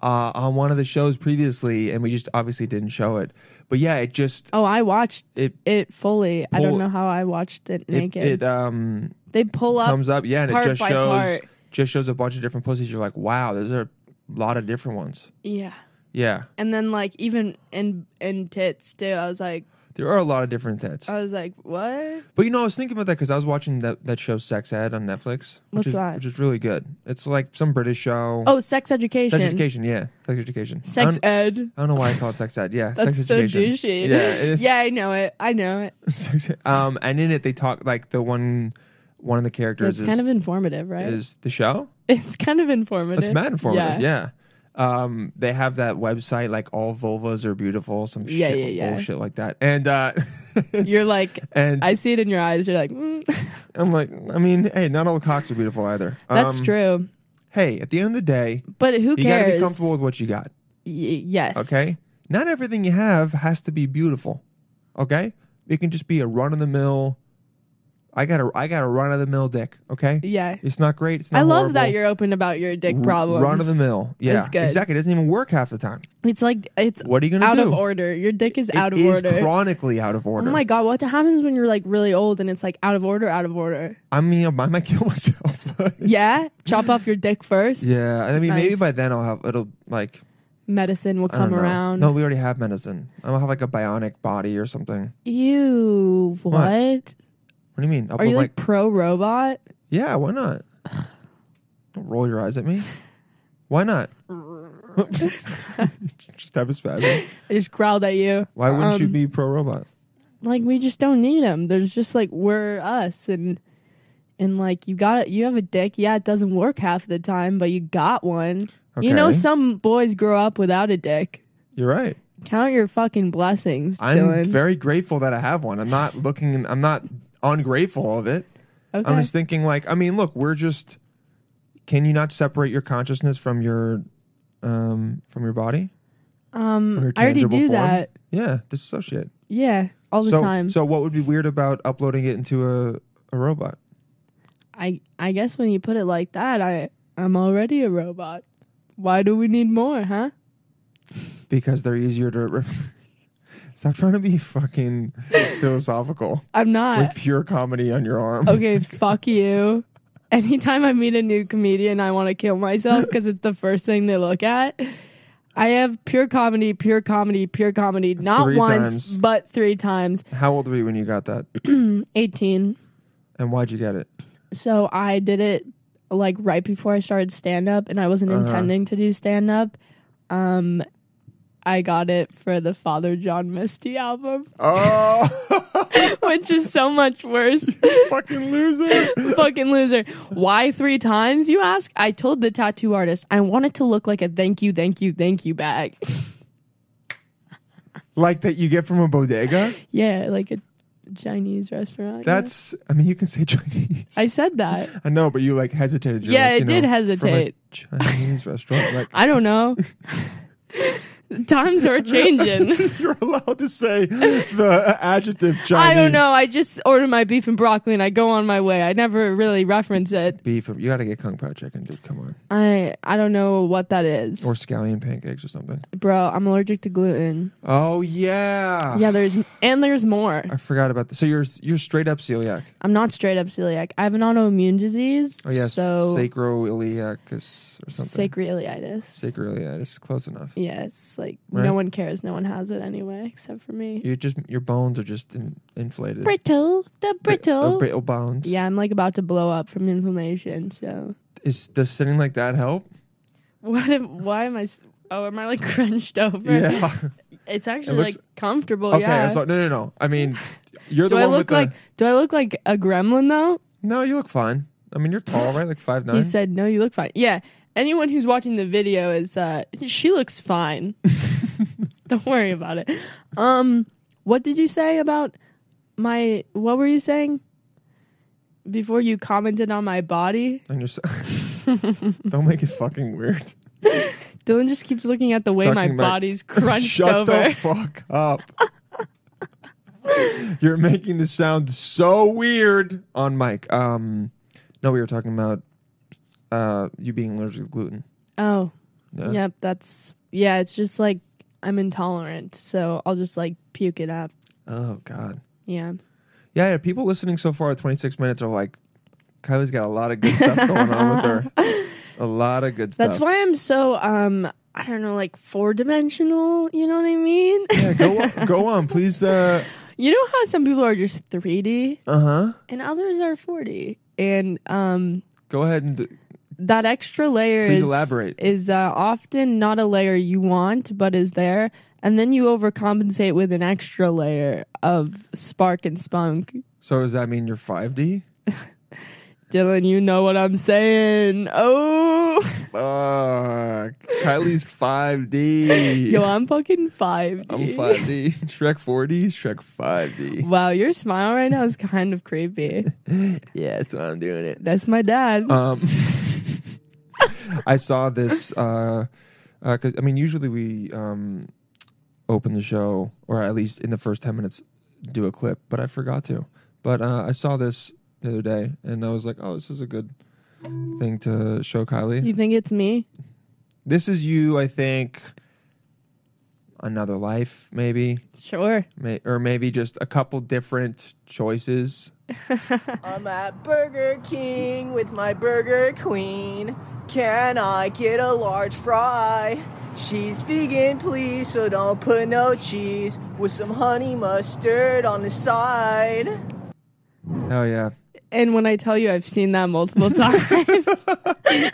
Speaker 3: on one of the shows previously, and we just obviously didn't show it. But yeah, it just
Speaker 4: Oh, I watched
Speaker 3: it
Speaker 4: it fully. I
Speaker 3: Pull-
Speaker 4: don't know how I watched it
Speaker 3: it,
Speaker 4: naked.
Speaker 3: it um
Speaker 4: they pull up.
Speaker 3: comes up. Yeah, and it
Speaker 4: part
Speaker 3: just
Speaker 4: by
Speaker 3: shows
Speaker 4: part.
Speaker 3: just shows a bunch of different pussies. You're like, wow, there's a lot of different ones.
Speaker 4: Yeah.
Speaker 3: Yeah,
Speaker 4: And then like even in in tits too. I was like,
Speaker 3: there are a lot of different tits.
Speaker 4: I was like, what?
Speaker 3: But you know, I was thinking about that because I was watching that that show Sex Ed on Netflix. Which
Speaker 4: What's
Speaker 3: is,
Speaker 4: that?
Speaker 3: Which is really good. It's like some British show.
Speaker 4: Oh, sex education.
Speaker 3: Sex education, yeah. Sex education. I
Speaker 4: Sex
Speaker 3: don't-
Speaker 4: ed.
Speaker 3: I don't know why I call it sex ed. Yeah,
Speaker 4: [laughs] That's
Speaker 3: sex
Speaker 4: so
Speaker 3: education.
Speaker 4: douchey.
Speaker 3: Yeah, it is.
Speaker 4: yeah, I know it. I know it.
Speaker 3: Sex ed. [laughs] um, and in it they talk like the one one of the characters
Speaker 4: It's
Speaker 3: is,
Speaker 4: kind of informative, right?
Speaker 3: is the show.
Speaker 4: [laughs] It's kind of informative.
Speaker 3: It's mad informative. Yeah. Um, they have that website like all vulvas are beautiful. Some
Speaker 4: Yeah,
Speaker 3: shit,
Speaker 4: yeah, yeah.
Speaker 3: bullshit like that. And uh, [laughs]
Speaker 4: You're like,
Speaker 3: and
Speaker 4: I
Speaker 3: I,
Speaker 4: see it in your eyes. You're like, mm, [laughs]
Speaker 3: am like, I mean, hey, not all cocks are beautiful either.
Speaker 4: that's
Speaker 3: Um,
Speaker 4: true.
Speaker 3: Hey, at the end of the day,
Speaker 4: But who
Speaker 3: you
Speaker 4: cares?
Speaker 3: gotta be comfortable with what you got.
Speaker 4: Y- yes.
Speaker 3: Okay. Not everything you have has to be beautiful. Okay. It can just be a run of the mill. I got a I got a run of the mill dick. Okay.
Speaker 4: Yeah.
Speaker 3: It's not great. It's not.
Speaker 4: I love
Speaker 3: horrible.
Speaker 4: that you're open about your dick
Speaker 3: R-
Speaker 4: problems.
Speaker 3: Run of the mill. Yeah.
Speaker 4: That's good.
Speaker 3: Exactly. It doesn't even work half the time.
Speaker 4: It's like it's
Speaker 3: What are you gonna
Speaker 4: out
Speaker 3: do?
Speaker 4: of order. Your dick is out of
Speaker 3: It is
Speaker 4: order.
Speaker 3: chronically out of
Speaker 4: oh
Speaker 3: order.
Speaker 4: my god, what happens when you're like really old and it's like out of order, out
Speaker 3: [laughs]
Speaker 4: of order?
Speaker 3: I mean, I might kill [laughs] myself.
Speaker 4: Yeah, chop off your dick first.
Speaker 3: yeah. And I mean, maybe
Speaker 4: Nice.
Speaker 3: by then I'll have it'll like
Speaker 4: Medicine will
Speaker 3: I don't
Speaker 4: come
Speaker 3: know.
Speaker 4: around.
Speaker 3: No, we already have medicine. I'll have like a bionic body or something.
Speaker 4: Ew, what?
Speaker 3: What do you mean? I'll
Speaker 4: Are
Speaker 3: put
Speaker 4: you
Speaker 3: my-
Speaker 4: like pro robot?
Speaker 3: Yeah, why not? Don't roll your eyes at
Speaker 4: [laughs]
Speaker 3: me. Why not? [laughs] just have a spasm.
Speaker 4: I just growled at you.
Speaker 3: Why wouldn't you
Speaker 4: Um,
Speaker 3: be pro robot?
Speaker 4: like we just don't need them. There's just like we're us and and like you got it. You have a dick. Yeah, it doesn't work half the time, but you got one. You know,
Speaker 3: Okay.
Speaker 4: some boys grow up without a dick.
Speaker 3: You're right.
Speaker 4: Count your fucking blessings,
Speaker 3: I'm
Speaker 4: Dylan.
Speaker 3: very grateful that I have one. I'm not looking. I'm not ungrateful of it.
Speaker 4: okay.
Speaker 3: I'm just thinking like, I mean, look, we're just. Can you not separate your consciousness from your, um, from your body? Um,
Speaker 4: I already do that.
Speaker 3: Yeah, disassociate
Speaker 4: Yeah, all the
Speaker 3: so,
Speaker 4: time.
Speaker 3: So, what would be weird about uploading it into a a robot?
Speaker 4: I I guess when you put it like that, I I'm already a robot. Why do we need more, huh?
Speaker 3: because they're easier to. Re- [laughs] Stop trying to be
Speaker 4: [laughs]
Speaker 3: fucking philosophical
Speaker 4: I'm not.
Speaker 3: with pure comedy on your arm.
Speaker 4: Uh, Okay, fuck you. Anytime I meet a new comedian, I want to kill myself because it's the first thing they look at. I have pure comedy, pure comedy, pure comedy, not
Speaker 3: Three
Speaker 4: once,
Speaker 3: times.
Speaker 4: but three times.
Speaker 3: How old were you when you got that,
Speaker 4: 18.
Speaker 3: and why'd you get it?
Speaker 4: So I did it like right before I started stand up, and I wasn't
Speaker 3: Uh-huh.
Speaker 4: intending to do stand up. Um, I got it for the Father John Misty album,
Speaker 3: Oh, [laughs]
Speaker 4: which is so much worse.
Speaker 3: fucking loser!
Speaker 4: [laughs] Fucking loser. Why three times, you ask? I told the tattoo artist I want it to look like a thank you, thank you, thank you bag. [laughs]
Speaker 3: Like that you get from a bodega.
Speaker 4: [laughs] yeah, like a Chinese restaurant. yeah.
Speaker 3: That's. I mean, you can say [laughs] Chinese.
Speaker 4: I said that.
Speaker 3: I know, but you like hesitated. You're
Speaker 4: Yeah,
Speaker 3: like,
Speaker 4: I
Speaker 3: you
Speaker 4: did
Speaker 3: know,
Speaker 4: hesitate.
Speaker 3: From a Chinese
Speaker 4: [laughs]
Speaker 3: restaurant. Like
Speaker 4: I don't know. Times are
Speaker 3: [laughs]
Speaker 4: changing.
Speaker 3: [laughs] you're allowed to say the adjective Chinese.
Speaker 4: [laughs] I don't know. I just order my beef and broccoli and I go on my way. I never really reference it.
Speaker 3: Beef. You got to get kung pao chicken, dude. Come on,
Speaker 4: I I don't know what that is.
Speaker 3: or scallion pancakes or something.
Speaker 4: Bro, I'm allergic to gluten.
Speaker 3: Oh yeah.
Speaker 4: Yeah, there's and there's more.
Speaker 3: I forgot about that. So you're you're straight up celiac.
Speaker 4: I'm not straight up celiac. I have an autoimmune disease.
Speaker 3: Oh yes,
Speaker 4: So
Speaker 3: sacroiliacus or something.
Speaker 4: sacroiliitis.
Speaker 3: Sacroiliacus, close enough.
Speaker 4: yes, like
Speaker 3: Right.
Speaker 4: no one cares. No one has it anyway, except for me.
Speaker 3: You just your bones are just in, inflated.
Speaker 4: Brittle, the
Speaker 3: Bri-
Speaker 4: brittle.
Speaker 3: uh, brittle bones.
Speaker 4: yeah, I'm like about to blow up from inflammation. So
Speaker 3: Is does sitting like that help?
Speaker 4: what? Am, why am I? s- Oh, am I like [laughs] crunched over? [laughs]
Speaker 3: Yeah.
Speaker 4: It's actually
Speaker 3: looks-
Speaker 4: like comfortable.
Speaker 3: [laughs] okay.
Speaker 4: Oh, yeah.
Speaker 3: So no, no, no. I
Speaker 4: [laughs]
Speaker 3: mean, you're
Speaker 4: do
Speaker 3: the
Speaker 4: I
Speaker 3: one
Speaker 4: look
Speaker 3: with the.
Speaker 4: like do I look like a gremlin though?
Speaker 3: No, you look fine. I mean, you're tall, right? Like five
Speaker 4: He
Speaker 3: nine.
Speaker 4: said, "No, you look fine." Yeah. Anyone who's watching the video is uh she looks fine. [laughs] Don't worry about it. Um what did you say about my what were you saying? Before you commented on my body,
Speaker 3: and you're.
Speaker 4: [laughs]
Speaker 3: So- [laughs] Don't make it fucking weird.
Speaker 4: Dylan just keeps looking at the way my
Speaker 3: Talking about-
Speaker 4: body's crunched
Speaker 3: Shut
Speaker 4: over.
Speaker 3: the fuck up. You're making this sound so weird on mic. Um, no, we were talking about uh, you being allergic to gluten.
Speaker 4: [laughs] oh,
Speaker 3: Yeah.
Speaker 4: yep, that's yeah, it's just like I'm intolerant, so I'll just like puke it up.
Speaker 3: Oh God.
Speaker 4: Yeah.
Speaker 3: Yeah, yeah. People listening so far at 26 minutes are like, Kylie's got a lot of good stuff going on with her. A lot of good stuff.
Speaker 4: That's why I'm so um I don't know like four dimensional, you know what I mean? [laughs]
Speaker 3: Yeah, go on, go on, please. Uh uh-huh.
Speaker 4: you know how some people are just 3D
Speaker 3: huh.
Speaker 4: and others are 4D and um
Speaker 3: Go ahead and.
Speaker 4: that extra layer
Speaker 3: Please
Speaker 4: is
Speaker 3: elaborate.
Speaker 4: is uh, often not a layer you want but is there and then you overcompensate with an extra layer of spark and spunk.
Speaker 3: So does that mean you're 5D?
Speaker 4: Dylan, you know what I'm saying.
Speaker 3: [laughs]
Speaker 4: Oh,
Speaker 3: Fuck. [laughs] Kylie's 5D.
Speaker 4: yo, I'm fucking 5D.
Speaker 3: I'm 5D. Shrek 4D, Shrek 5D.
Speaker 4: Wow, your smile right now is kind of creepy.
Speaker 3: Yeah, that's why I'm doing it.
Speaker 4: That's my dad.
Speaker 3: Um, [laughs] I saw this. Uh, uh 'cause I mean, usually we um, open the show, or at least in the first ten minutes, do a clip, but I forgot to. But uh, I saw this the other day, and I was like, "Oh, this is a good thing to show Kylie."
Speaker 4: You think it's me?
Speaker 3: This is you, I think. Another life, maybe.
Speaker 4: Sure.
Speaker 3: May- or maybe just a couple different choices.
Speaker 5: I'm at Burger King with my Burger Queen. Can I get a large fry? She's vegan, please, so don't put no cheese with some honey mustard on the side.
Speaker 3: Hell yeah.
Speaker 4: And when I tell you I've seen
Speaker 3: [laughs]
Speaker 4: that multiple times,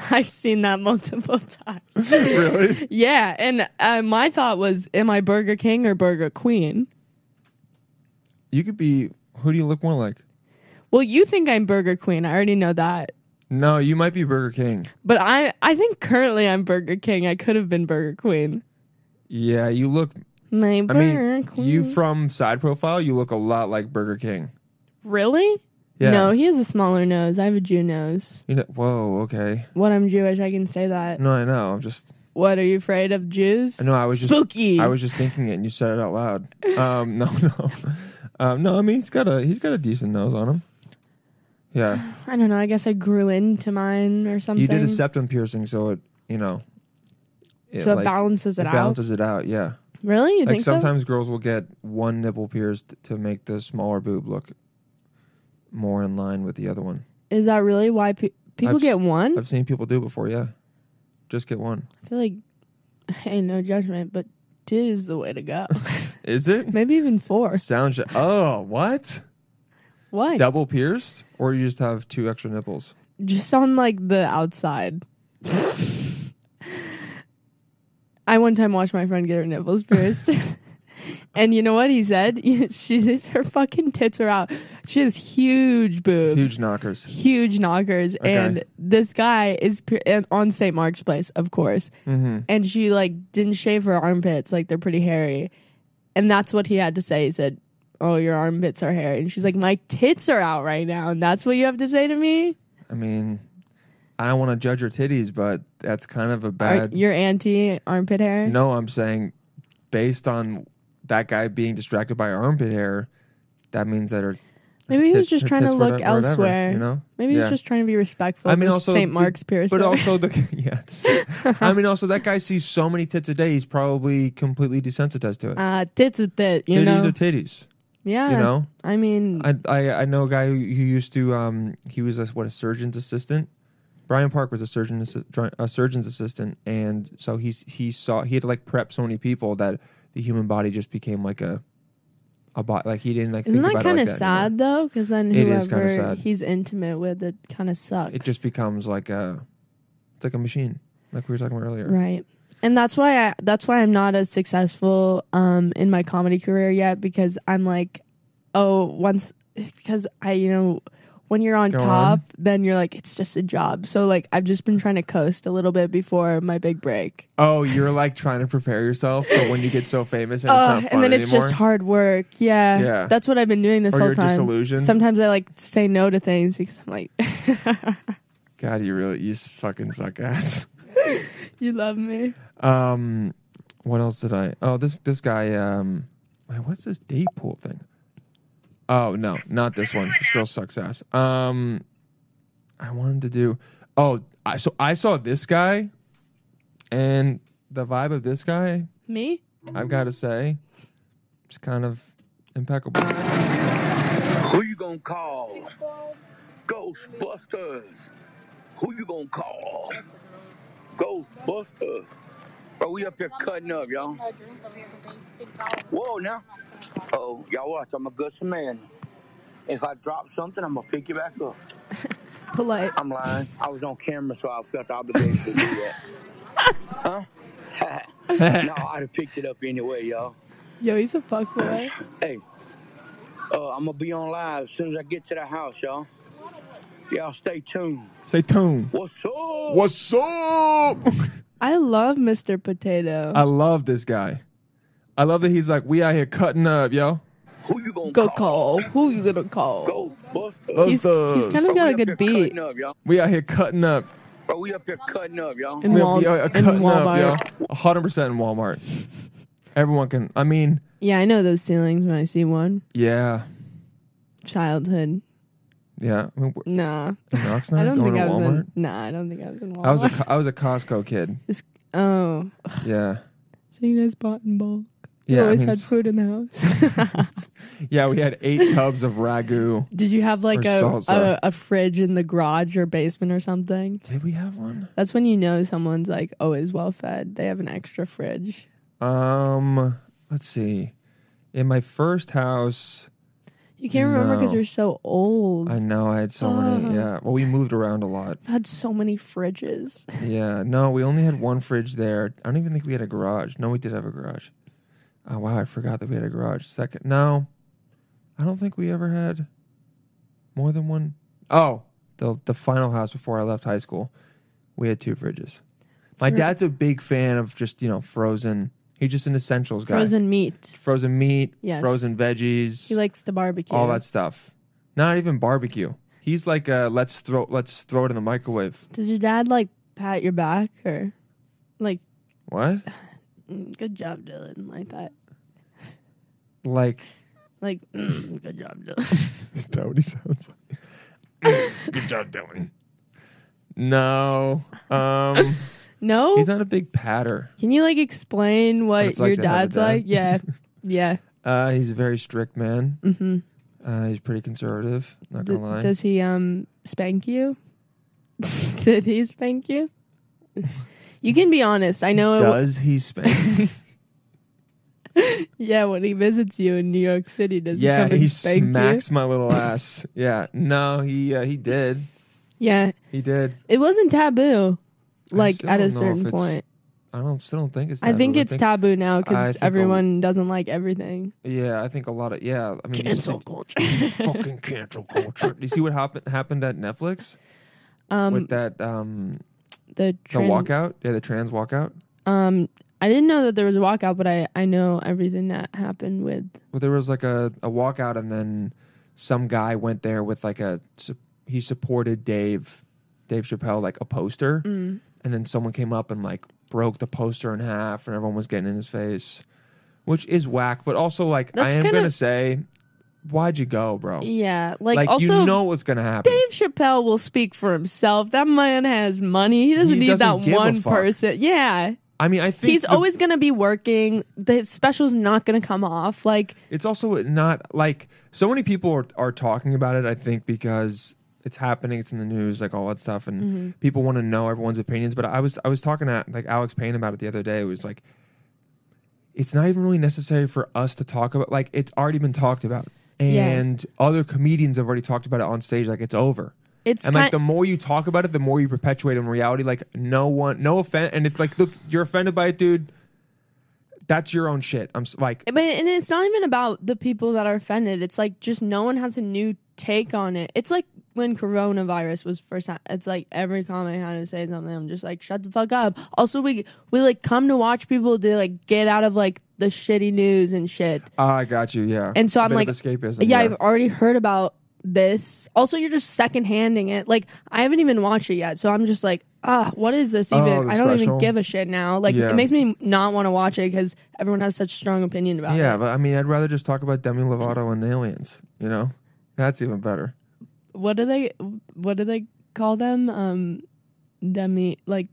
Speaker 4: [laughs] I've seen that multiple times.
Speaker 3: really?
Speaker 4: Yeah. And uh, my thought was, am I Burger King or Burger Queen?
Speaker 3: You could be. Who do you look more like?
Speaker 4: Well, you think I'm Burger Queen. I already know that.
Speaker 3: No, you might be Burger King.
Speaker 4: But I, I think currently I'm Burger King. I could have been Burger Queen.
Speaker 3: Yeah, you look.
Speaker 4: My
Speaker 3: I
Speaker 4: Burger
Speaker 3: mean,
Speaker 4: Queen.
Speaker 3: you from side profile, you look a lot like Burger King.
Speaker 4: really?
Speaker 3: Yeah.
Speaker 4: No, he has a smaller nose. I have a Jew nose.
Speaker 3: You know, whoa, okay.
Speaker 4: What I'm Jewish, I can say that.
Speaker 3: No, I know. I'm just.
Speaker 4: What are you afraid of Jews?
Speaker 3: Mm. No, I was just.
Speaker 4: spooky.
Speaker 3: I was just thinking it, and you said it out [laughs] loud. Um, no, no, um, no. I mean, he's got a he's got a decent nose on him. Yeah.
Speaker 4: I don't know. I guess I grew into mine or something.
Speaker 3: You did a septum piercing, so it, you know.
Speaker 4: so it
Speaker 3: like,
Speaker 4: balances it,
Speaker 3: it
Speaker 4: out.
Speaker 3: balances it out, yeah.
Speaker 4: really? You
Speaker 3: like
Speaker 4: think so?
Speaker 3: sometimes girls will get one nipple pierced to make the smaller boob look more in line with the other one.
Speaker 4: Is that really why pe- people
Speaker 3: I've
Speaker 4: get
Speaker 3: s-
Speaker 4: one?
Speaker 3: I've seen people do before, yeah. Just get one.
Speaker 4: I feel like, [laughs] hey, no judgment, but two is the way
Speaker 3: [laughs]
Speaker 4: to go.
Speaker 3: Is it?
Speaker 4: Maybe even four.
Speaker 3: Sound sh- Oh, what?
Speaker 4: What?
Speaker 3: Double pierced? Or you just have two extra nipples?
Speaker 4: Just on like the outside. I one time watched my friend get her nipples pierced. [laughs] and you know what he said? [laughs] she her fucking tits are out. She has huge boobs.
Speaker 3: Huge knockers.
Speaker 4: huge knockers
Speaker 3: Okay.
Speaker 4: and this guy is pe- and on St. Mark's Place, of course.
Speaker 3: Mm-hmm.
Speaker 4: And she like didn't shave her armpits, like they're pretty hairy. And that's what he had to say. He said, "Oh, your armpits are hairy." And she's like, "My tits are out right now." And that's what you have to say to me?
Speaker 3: I mean, I don't want to judge your titties, but that's kind of a
Speaker 4: Are,
Speaker 3: bad.
Speaker 4: you're anti armpit hair?
Speaker 3: no, I'm saying based on that guy being distracted by armpit hair, that means that her.
Speaker 4: Maybe he was
Speaker 3: tit-
Speaker 4: just
Speaker 3: her
Speaker 4: trying to
Speaker 3: tits were
Speaker 4: look
Speaker 3: whatever,
Speaker 4: elsewhere.
Speaker 3: you know?
Speaker 4: Maybe he
Speaker 3: Yeah.
Speaker 4: was just trying to be respectful. I mean, also St. Mark's piercing.
Speaker 3: But also the [laughs]
Speaker 4: [laughs]
Speaker 3: yes. I mean also that guy sees so many tits a day, he's probably completely desensitized to it.
Speaker 4: uh, tits a tit, you
Speaker 3: titties
Speaker 4: know.
Speaker 3: are titties.
Speaker 4: yeah.
Speaker 3: You know?
Speaker 4: I mean,
Speaker 3: I, I I know a guy who, who used to um he was a, what a surgeon's assistant. Brian Park was a surgeon assi- dr- a surgeon's assistant, and so he he saw he had to like prep so many people that the human body just became like a a bot like he didn't like
Speaker 4: Isn't
Speaker 3: think about
Speaker 4: that
Speaker 3: it
Speaker 4: kind
Speaker 3: like
Speaker 4: of
Speaker 3: that anymore.
Speaker 4: sad though? Because then
Speaker 3: It is kinda
Speaker 4: whoever
Speaker 3: sad.
Speaker 4: he's intimate with, it kind of sucks.
Speaker 3: It just becomes like a it's like a machine like we were talking about earlier.
Speaker 4: right, and that's why I that's why I'm not as successful um in my comedy career yet because I'm like, oh, once because I you know when you're on
Speaker 3: Go
Speaker 4: top,
Speaker 3: on.
Speaker 4: then you're like it's just a job. So like I've just been trying to coast a little bit before my big break.
Speaker 3: Oh, you're like trying to prepare yourself for when you get so famous and it's
Speaker 4: Ugh,
Speaker 3: not fun
Speaker 4: Uh, and then it's
Speaker 3: anymore.
Speaker 4: just hard work. Yeah,
Speaker 3: Yeah.
Speaker 4: that's what I've been doing this
Speaker 3: Or
Speaker 4: whole
Speaker 3: you're
Speaker 4: time.
Speaker 3: disillusioned.
Speaker 4: Sometimes I like say no to things because I'm like, [laughs]
Speaker 3: God, you really you s- fucking suck ass.
Speaker 4: you love me.
Speaker 3: Um, what else did I? Oh, this this guy. Um, wait, what's this date pool thing? Oh no, not this one. This girl sucks ass. Um, I wanted to do. Oh, I, so I saw this guy, and the vibe of this guy,
Speaker 4: Me?
Speaker 3: I've got to say, is kind of impeccable.
Speaker 6: Who you gonna call? Ghostbusters. Who you gonna call? Ghostbusters. Bro, we up here cutting up, y'all. Whoa, now. Oh, y'all watch. I'm a good Samaritan. If I drop something, I'm gonna pick you back up.
Speaker 4: Polite.
Speaker 6: I'm lying. I was on camera, so I felt the obligation to do that. huh? [laughs] no, I'd have picked it up anyway, y'all.
Speaker 4: Yo, he's a fuckboy.
Speaker 6: Hey, uh, I'm gonna be on live as soon as I get to the house, y'all. Y'all stay tuned.
Speaker 3: Say tune.
Speaker 6: What's up?
Speaker 3: What's up? [laughs]
Speaker 4: I love Mr. Potato.
Speaker 3: I love this guy. I love that he's like, we out here cutting up, yo.
Speaker 6: Who you gonna
Speaker 4: Go
Speaker 6: call?
Speaker 4: call. Who you gonna call?
Speaker 6: Ghostbusters.
Speaker 4: He's, he's kind of
Speaker 6: Bro,
Speaker 4: got
Speaker 6: we
Speaker 4: a
Speaker 6: up
Speaker 4: good
Speaker 6: here
Speaker 4: beat.
Speaker 6: Cutting up, y'all.
Speaker 3: We out here cutting up.
Speaker 6: Bro, we up here cutting up, y'all.
Speaker 4: In,
Speaker 3: We
Speaker 4: Wal-
Speaker 3: out here
Speaker 4: in
Speaker 3: cutting
Speaker 4: Walmart.
Speaker 3: up, yo. 100% in Walmart. Everyone can, I mean,
Speaker 4: yeah, I know those ceilings when I see one.
Speaker 3: yeah.
Speaker 4: Childhood.
Speaker 3: Yeah. I mean, we're-
Speaker 4: Nah.
Speaker 3: in
Speaker 4: [laughs]
Speaker 3: Oxnard,
Speaker 4: I don't
Speaker 3: going
Speaker 4: think
Speaker 3: to
Speaker 4: I was
Speaker 3: Walmart.
Speaker 4: in. Nah, I don't think I was in Walmart.
Speaker 3: I was a, Co- I was a Costco kid.
Speaker 4: This- oh.
Speaker 3: Yeah.
Speaker 4: So you guys bought in bulk. You
Speaker 3: Yeah. I
Speaker 4: always
Speaker 3: mean,
Speaker 4: had
Speaker 3: s-
Speaker 4: food in the house.
Speaker 3: [laughs]
Speaker 4: [laughs]
Speaker 3: yeah. We had eight tubs of ragu.
Speaker 4: Did you have like
Speaker 3: Or
Speaker 4: a,
Speaker 3: salsa.
Speaker 4: a a fridge in the garage or basement or something?
Speaker 3: Did we have one?
Speaker 4: That's when you know someone's like always well fed. They have an extra fridge.
Speaker 3: Um, let's see. In my first house,
Speaker 4: You can't remember because
Speaker 3: No.
Speaker 4: you're so old.
Speaker 3: I know I had so
Speaker 4: Uh.
Speaker 3: many. Yeah. Well, we moved around a lot.
Speaker 4: had so many fridges.
Speaker 3: Yeah, no, we only had one fridge there. I don't even think we had a garage. No, we did have a garage. Oh wow, I forgot that we had a garage. Second, no, I don't think we ever had more than one. Oh, the the final house before I left high school, we had two fridges. My
Speaker 4: Fro-
Speaker 3: dad's a big fan of just you know frozen. He's just an essentials guy.
Speaker 4: Frozen meat.
Speaker 3: frozen meat,
Speaker 4: Yes.
Speaker 3: frozen veggies,
Speaker 4: He likes to barbecue.
Speaker 3: all that stuff. Not even barbecue. He's like, uh, let's throw let's throw it in the microwave.
Speaker 4: Does your dad like pat your back or like
Speaker 3: What?
Speaker 4: "Mm, good job, Dylan, like that?
Speaker 3: Like
Speaker 4: Like "Mm, good job, Dylan.
Speaker 3: [laughs]
Speaker 4: [laughs]
Speaker 3: Is that what he sounds like? [laughs] Good job, Dylan. No, um,
Speaker 4: No?
Speaker 3: he's not a big patter.
Speaker 4: Can you like explain what
Speaker 3: it's like
Speaker 4: your
Speaker 3: to have a
Speaker 4: dad's
Speaker 3: dad.
Speaker 4: like?
Speaker 3: [laughs]
Speaker 4: Yeah. Yeah.
Speaker 3: Uh, he's a very strict man. Mm-hmm. Uh, he's pretty conservative. Not
Speaker 4: D-
Speaker 3: gonna lie.
Speaker 4: does he um spank you? [laughs] Did he spank you? [laughs] You can be honest. I know. It w-
Speaker 3: Does he
Speaker 4: [laughs]
Speaker 3: spank?
Speaker 4: yeah, when he visits you in New York City, does he
Speaker 3: yeah,
Speaker 4: come and
Speaker 3: he
Speaker 4: spank
Speaker 3: smacks my little ass. Yeah, no, he uh, he did.
Speaker 4: you? Yeah,
Speaker 3: He did.
Speaker 4: it wasn't taboo. Like
Speaker 3: still
Speaker 4: at a
Speaker 3: don't know if
Speaker 4: certain
Speaker 3: it's
Speaker 4: point,
Speaker 3: I don't still don't think it's.
Speaker 4: I think
Speaker 3: taboo.
Speaker 4: it's taboo now
Speaker 3: I
Speaker 4: because
Speaker 3: think a-
Speaker 4: everyone doesn't like everything.
Speaker 3: Yeah, I think a lot of yeah. I mean, just think-
Speaker 4: culture.
Speaker 3: [laughs] fucking cancel culture. Do you see what happened happened at Netflix
Speaker 4: Um,
Speaker 3: with that um
Speaker 4: the,
Speaker 3: the
Speaker 4: trend-
Speaker 3: walkout? Yeah, the trans walkout.
Speaker 4: Um, I didn't know that there was a walkout, but I I know everything that happened with.
Speaker 3: Well, there was like a, a walkout, and then some guy went there with like a su- he supported Dave Dave Chappelle like a poster,
Speaker 4: Mm.
Speaker 3: and then someone came up and like broke the poster in half, and everyone was getting in his face, which is whack. But also like
Speaker 4: That's
Speaker 3: I am
Speaker 4: kinda-
Speaker 3: gonna say, why'd you go, bro?
Speaker 4: Yeah, like,
Speaker 3: Like,
Speaker 4: also
Speaker 3: you know what's gonna happen.
Speaker 4: Dave Chappelle will speak for himself. That man has money. He doesn't
Speaker 3: He
Speaker 4: need
Speaker 3: doesn't give
Speaker 4: that
Speaker 3: a
Speaker 4: one
Speaker 3: fuck.
Speaker 4: person. Yeah.
Speaker 3: I mean, I think
Speaker 4: He's
Speaker 3: the-
Speaker 4: always going to be working. The special's not going to come off. Like,
Speaker 3: It's also not like so many people are, are talking about it, I think, because it's happening, it's in the news, like all that stuff, and
Speaker 4: Mm-hmm.
Speaker 3: people want to know everyone's opinions. But I was I was talking to like Alex Payne about it the other day. It was like it's not even really necessary for us to talk about like it's already been talked about.
Speaker 4: Yeah.
Speaker 3: And other comedians have already talked about it on stage, like it's over.
Speaker 4: it's
Speaker 3: and
Speaker 4: kind
Speaker 3: like the more you talk about it, the more you perpetuate it in reality. Like no one, no offense, and it's like, look, you're offended by it, dude. That's your own shit. I'm s- like,
Speaker 4: but, and it's not even about the people that are offended. It's like just no one has a new take on it. It's like when coronavirus was first ha- it's like every comic had to say something. I'm just like, shut the fuck up. Also, we we like come to watch people do like get out of like the shitty news and shit.
Speaker 3: Ah, I got you. Yeah.
Speaker 4: And so
Speaker 3: A
Speaker 4: I'm
Speaker 3: bit
Speaker 4: like,
Speaker 3: of escapism.
Speaker 4: yeah, I've already heard about this. Also, you're just second handing it. Like, I haven't even watched it yet. So I'm just like, ah, what is this even?
Speaker 3: Oh, the
Speaker 4: I don't even
Speaker 3: special?
Speaker 4: give a shit now. Like,
Speaker 3: Yeah.
Speaker 4: it makes me not want to watch it because everyone has such a strong opinion about
Speaker 3: yeah,
Speaker 4: it.
Speaker 3: but I mean, I'd rather just talk about Demi Lovato and the aliens. You know, that's even better.
Speaker 4: What do they, what do they call them? Um, demi, like,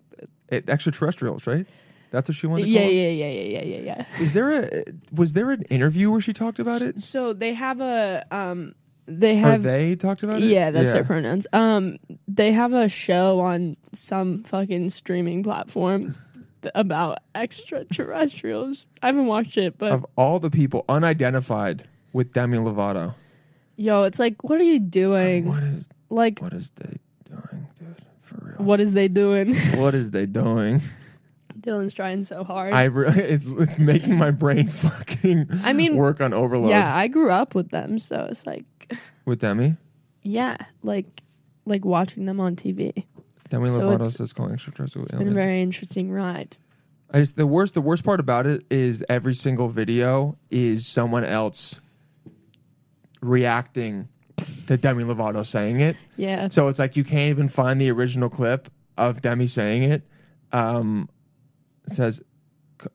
Speaker 3: It, extraterrestrials, right? That's what she wanted. To
Speaker 4: yeah,
Speaker 3: call
Speaker 4: yeah, yeah, yeah, yeah, yeah, yeah.
Speaker 3: It. Is there a was there an interview where she talked about it?
Speaker 4: So they have a, um, they
Speaker 3: Or
Speaker 4: have,
Speaker 3: they talked about it?
Speaker 4: yeah, that's their pronouns. Um, they have a show on some fucking streaming platform th- about extraterrestrials. I haven't watched it, but
Speaker 3: Of all the people unidentified with Demi Lovato,
Speaker 4: yo, it's like, what are you doing?
Speaker 3: what is
Speaker 4: like,
Speaker 3: what is they doing, dude? For real,
Speaker 4: what is they doing? [laughs]
Speaker 3: what is they doing?
Speaker 4: Dylan's trying so hard.
Speaker 3: I
Speaker 4: I,
Speaker 3: re- [laughs] it's, it's making my brain [laughs] fucking.
Speaker 4: I mean,
Speaker 3: work on overload
Speaker 4: yeah, I grew up with them, so it's like,
Speaker 3: with Demi.
Speaker 4: yeah, like, like watching them on TV. It's
Speaker 3: Demi
Speaker 4: So
Speaker 3: Lovato
Speaker 4: it's-
Speaker 3: says calling extraterrestrial
Speaker 4: been a
Speaker 3: aliens.
Speaker 4: very interesting ride.
Speaker 3: I just the worst the worst part about it is every single video is someone else reacting to Demi Lovato saying it.
Speaker 4: Yeah.
Speaker 3: So it's like you can't even find the original clip of Demi saying it. Um, it says, c-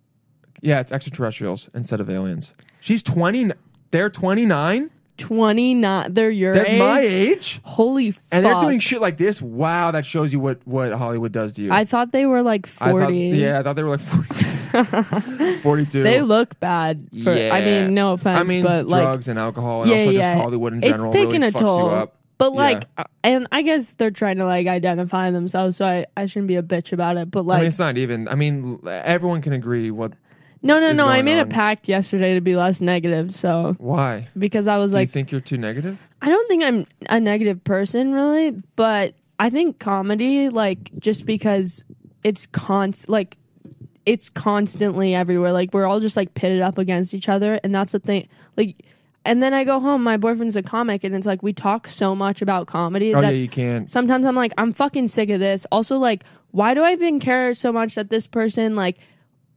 Speaker 3: yeah, it's extraterrestrials instead of aliens. She's 20. They're 29.
Speaker 4: Twenty, not they're your
Speaker 3: They're
Speaker 4: age.
Speaker 3: my age.
Speaker 4: Holy fuck!
Speaker 3: And they're doing shit like this. Wow, that shows you what, what Hollywood does to you.
Speaker 4: I thought they were like
Speaker 3: I thought-
Speaker 4: forty.
Speaker 3: yeah, I thought they were like 42. 42.
Speaker 4: [laughs] They look bad. For, I mean, no offense,
Speaker 3: I mean,
Speaker 4: but like,
Speaker 3: drugs and alcohol, and
Speaker 4: yeah,
Speaker 3: also
Speaker 4: yeah,
Speaker 3: just Hollywood in general.
Speaker 4: it's taking
Speaker 3: really
Speaker 4: a
Speaker 3: fucks
Speaker 4: toll.
Speaker 3: You up.
Speaker 4: But
Speaker 3: Yeah.
Speaker 4: like, uh, and I guess they're trying to like identify themselves, so I, I shouldn't be a bitch about it. But
Speaker 3: I
Speaker 4: like,
Speaker 3: mean, it's not even. I mean, l- everyone can agree. What?
Speaker 4: no, no,
Speaker 3: is
Speaker 4: no. I
Speaker 3: going
Speaker 4: made a
Speaker 3: on.
Speaker 4: pact yesterday to be less negative. So
Speaker 3: Why?
Speaker 4: because I was
Speaker 3: Do you
Speaker 4: like,
Speaker 3: think you're too negative?
Speaker 4: I don't think I'm a negative person really, but I think comedy, like, just because it's const, like, it's constantly everywhere. Like, we're all just like pitted up against each other, and that's the thing. Like, and then I go home. My boyfriend's a comic, and it's like we talk so much about comedy.
Speaker 3: Oh yeah,
Speaker 4: that's-
Speaker 3: you can't.
Speaker 4: sometimes I'm like, I'm fucking sick of this. Also, like, why do I even care so much that this person, like,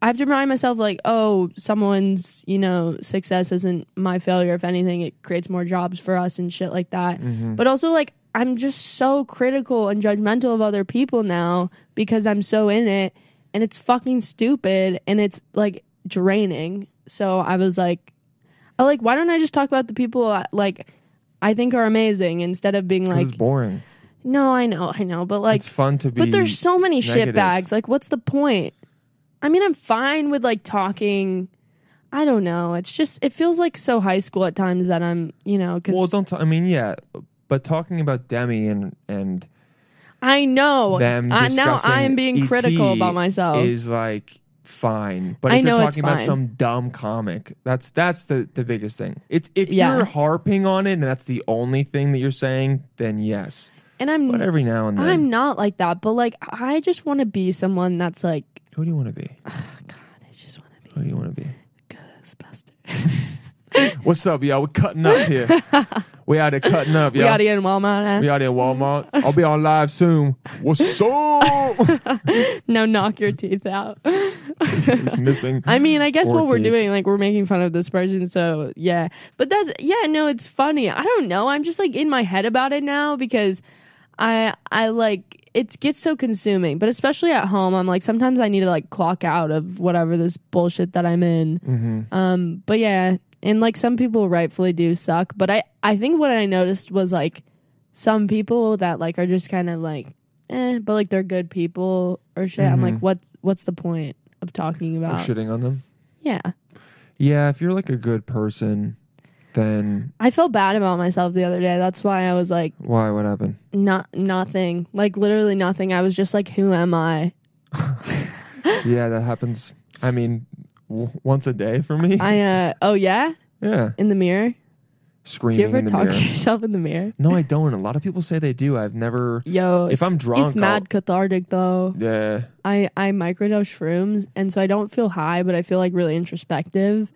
Speaker 4: I have to remind myself, like, oh, someone's, you know, success isn't my failure. If anything, it creates more jobs for us and shit like that. But also, like, I'm just so critical and judgmental of other people now because I'm so in it and it's fucking stupid and it's like draining. So I was like, I like, why don't I just talk about the people like I think are amazing instead of being
Speaker 3: 'Cause
Speaker 4: like,
Speaker 3: it's boring.
Speaker 4: no, I know, I know, but like,
Speaker 3: it's fun to be.
Speaker 4: but there's so many shit
Speaker 3: negative.
Speaker 4: bags. Like, what's the point? I mean, I'm fine with like talking. I don't know. It's just it feels like so high school at times that I'm, you know, because
Speaker 3: Well, don't. T- I mean, yeah, but talking about Demi and and
Speaker 4: I know.
Speaker 3: them
Speaker 4: I, now
Speaker 3: discussing
Speaker 4: I am being
Speaker 3: ET
Speaker 4: critical about myself.
Speaker 3: is like fine, but if
Speaker 4: I
Speaker 3: you're
Speaker 4: know it's
Speaker 3: talking about
Speaker 4: fine.
Speaker 3: some dumb comic, that's that's the the biggest thing. It's if
Speaker 4: Yeah.
Speaker 3: you're harping on it and that's the only thing that you're saying, then yes.
Speaker 4: and I'm
Speaker 3: But every now and then,
Speaker 4: I'm not like that, but like I just want to be someone that's like
Speaker 3: who do you want to be?
Speaker 4: I just want to be
Speaker 3: Who do you want to be?
Speaker 4: Ghostbusters.
Speaker 3: What's up, y'all? We're cutting up
Speaker 4: [laughs]
Speaker 3: here. we out here cutting up,
Speaker 4: We
Speaker 3: y'all.
Speaker 4: out here in Walmart.
Speaker 3: We
Speaker 4: eh?
Speaker 3: out here at Walmart. I'll be on live soon.
Speaker 4: [laughs]
Speaker 3: What's up? [laughs]
Speaker 4: Now knock your teeth out. [laughs]
Speaker 3: It's missing.
Speaker 4: I mean, I guess
Speaker 3: Or
Speaker 4: what we're
Speaker 3: teeth.
Speaker 4: doing, like, we're making fun of this person, so yeah. But that's yeah, no, it's funny. I don't know. I'm just like in my head about it now because I I like it gets so consuming. But especially at home, I'm like sometimes I need to like clock out of whatever this bullshit that I'm in. Um, but yeah, and like some people rightfully do suck. But I I think what I noticed was like some people that like are just kind of like. Eh, but like they're good people or shit. I'm like, what? What's the point of talking
Speaker 3: We're
Speaker 4: about?
Speaker 3: shitting on them.
Speaker 4: Yeah.
Speaker 3: Yeah, if you're like a good person, then
Speaker 4: I felt bad about myself the other day. That's why I was like
Speaker 3: why? What happened?
Speaker 4: not nothing. Like literally nothing. I was just like who am I?
Speaker 3: Yeah, that happens. I mean, w- once a day for me.
Speaker 4: I uh oh yeah,
Speaker 3: yeah,
Speaker 4: in the mirror. Do
Speaker 3: screaming
Speaker 4: you ever
Speaker 3: in the
Speaker 4: talk
Speaker 3: mirror.
Speaker 4: to yourself in the mirror?
Speaker 3: No, I don't. A lot of people say they do. I've never.
Speaker 4: Yo,
Speaker 3: If
Speaker 4: it's-
Speaker 3: I'm drunk,
Speaker 4: it's mad
Speaker 3: I'll-
Speaker 4: cathartic though.
Speaker 3: Yeah,
Speaker 4: I I microdose shrooms and so I don't feel high, but I feel like really introspective.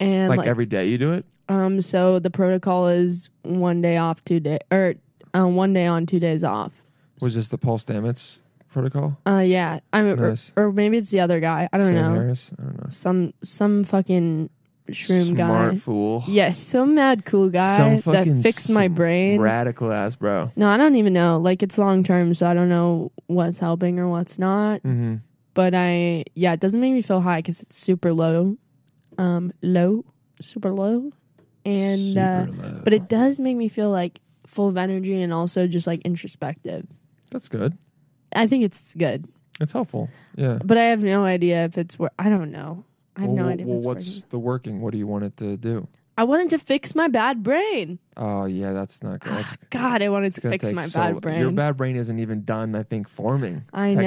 Speaker 4: And
Speaker 3: like,
Speaker 4: like,
Speaker 3: every day you do it.
Speaker 4: um so the protocol is one day off, two day or uh, one day on, two days off.
Speaker 3: Was this the Paul Stamets protocol?
Speaker 4: Uh yeah, I'm or-
Speaker 3: Nice.
Speaker 4: or, maybe it's the other guy. I don't
Speaker 3: Sam
Speaker 4: know.
Speaker 3: Harris. I don't know.
Speaker 4: some some fucking shroom
Speaker 3: Smart
Speaker 4: guy.
Speaker 3: fool.
Speaker 4: Yeah, some mad cool guy
Speaker 3: Some
Speaker 4: that
Speaker 3: fucking
Speaker 4: fixed my
Speaker 3: sm-
Speaker 4: brain.
Speaker 3: Radical ass bro.
Speaker 4: no, I don't even know. Like it's long term, so I don't know what's helping or what's not.
Speaker 3: Mm-hmm.
Speaker 4: But I yeah, it doesn't make me feel high because it's super low, um, low, super low, and uh, but it does make me feel like full of energy and also just like introspective.
Speaker 3: That's good.
Speaker 4: I think it's good,
Speaker 3: It's helpful. Yeah.
Speaker 4: but I have no idea if it's where I don't know. I have
Speaker 3: well,
Speaker 4: no
Speaker 3: well,
Speaker 4: idea. if
Speaker 3: well,
Speaker 4: it's
Speaker 3: what's
Speaker 4: working.
Speaker 3: the working? What do you want it to do?
Speaker 4: I wanted to fix my bad brain.
Speaker 3: Oh yeah, that's not good.
Speaker 4: Ah,
Speaker 3: That's
Speaker 4: God, I wanted to
Speaker 3: gonna
Speaker 4: fix
Speaker 3: take
Speaker 4: my
Speaker 3: so-
Speaker 4: bad brain.
Speaker 3: Your bad brain isn't even done. I think forming.
Speaker 4: I know.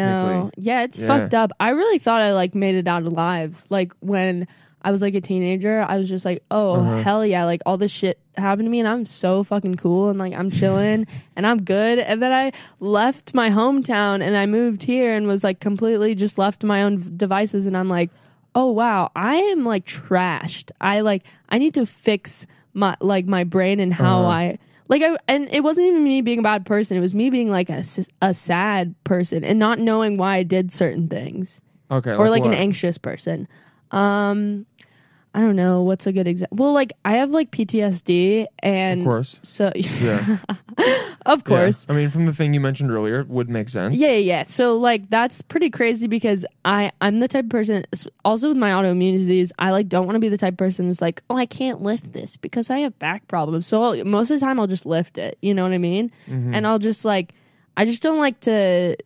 Speaker 3: technically.
Speaker 4: Yeah, it's
Speaker 3: Yeah.
Speaker 4: fucked up. I really thought I like made it out alive. Like when I was like a teenager, I was just like, oh
Speaker 3: Uh-huh.
Speaker 4: hell yeah, like all this shit happened to me, and I'm so fucking cool, and like I'm
Speaker 3: [laughs]
Speaker 4: chilling, and I'm good. And then I left my hometown and I moved here and was like completely just left to my own v- devices, and I'm like, oh wow, I am like trashed. I like I need to fix my like my brain and how
Speaker 3: Uh-huh.
Speaker 4: I like I and it wasn't even me being a bad person. It was me being like a, s- a sad person and not knowing why I did certain things
Speaker 3: Okay.
Speaker 4: or like an
Speaker 3: what?
Speaker 4: anxious person. Um I don't know what's a good example. Well, like I have like PTSD and
Speaker 3: Of course.
Speaker 4: So
Speaker 3: Yeah.
Speaker 4: [laughs] of course.
Speaker 3: I mean, from the thing you mentioned earlier, it would make sense.
Speaker 4: Yeah, yeah, yeah. So like that's pretty crazy because I I'm the type of person s- also with my autoimmune disease I like don't want to be the type of person who's like oh I can't lift this because I have back problems. So I'll, most of the time I'll just lift it. You know what I mean?
Speaker 3: Mm-hmm.
Speaker 4: And I'll just like I just don't like to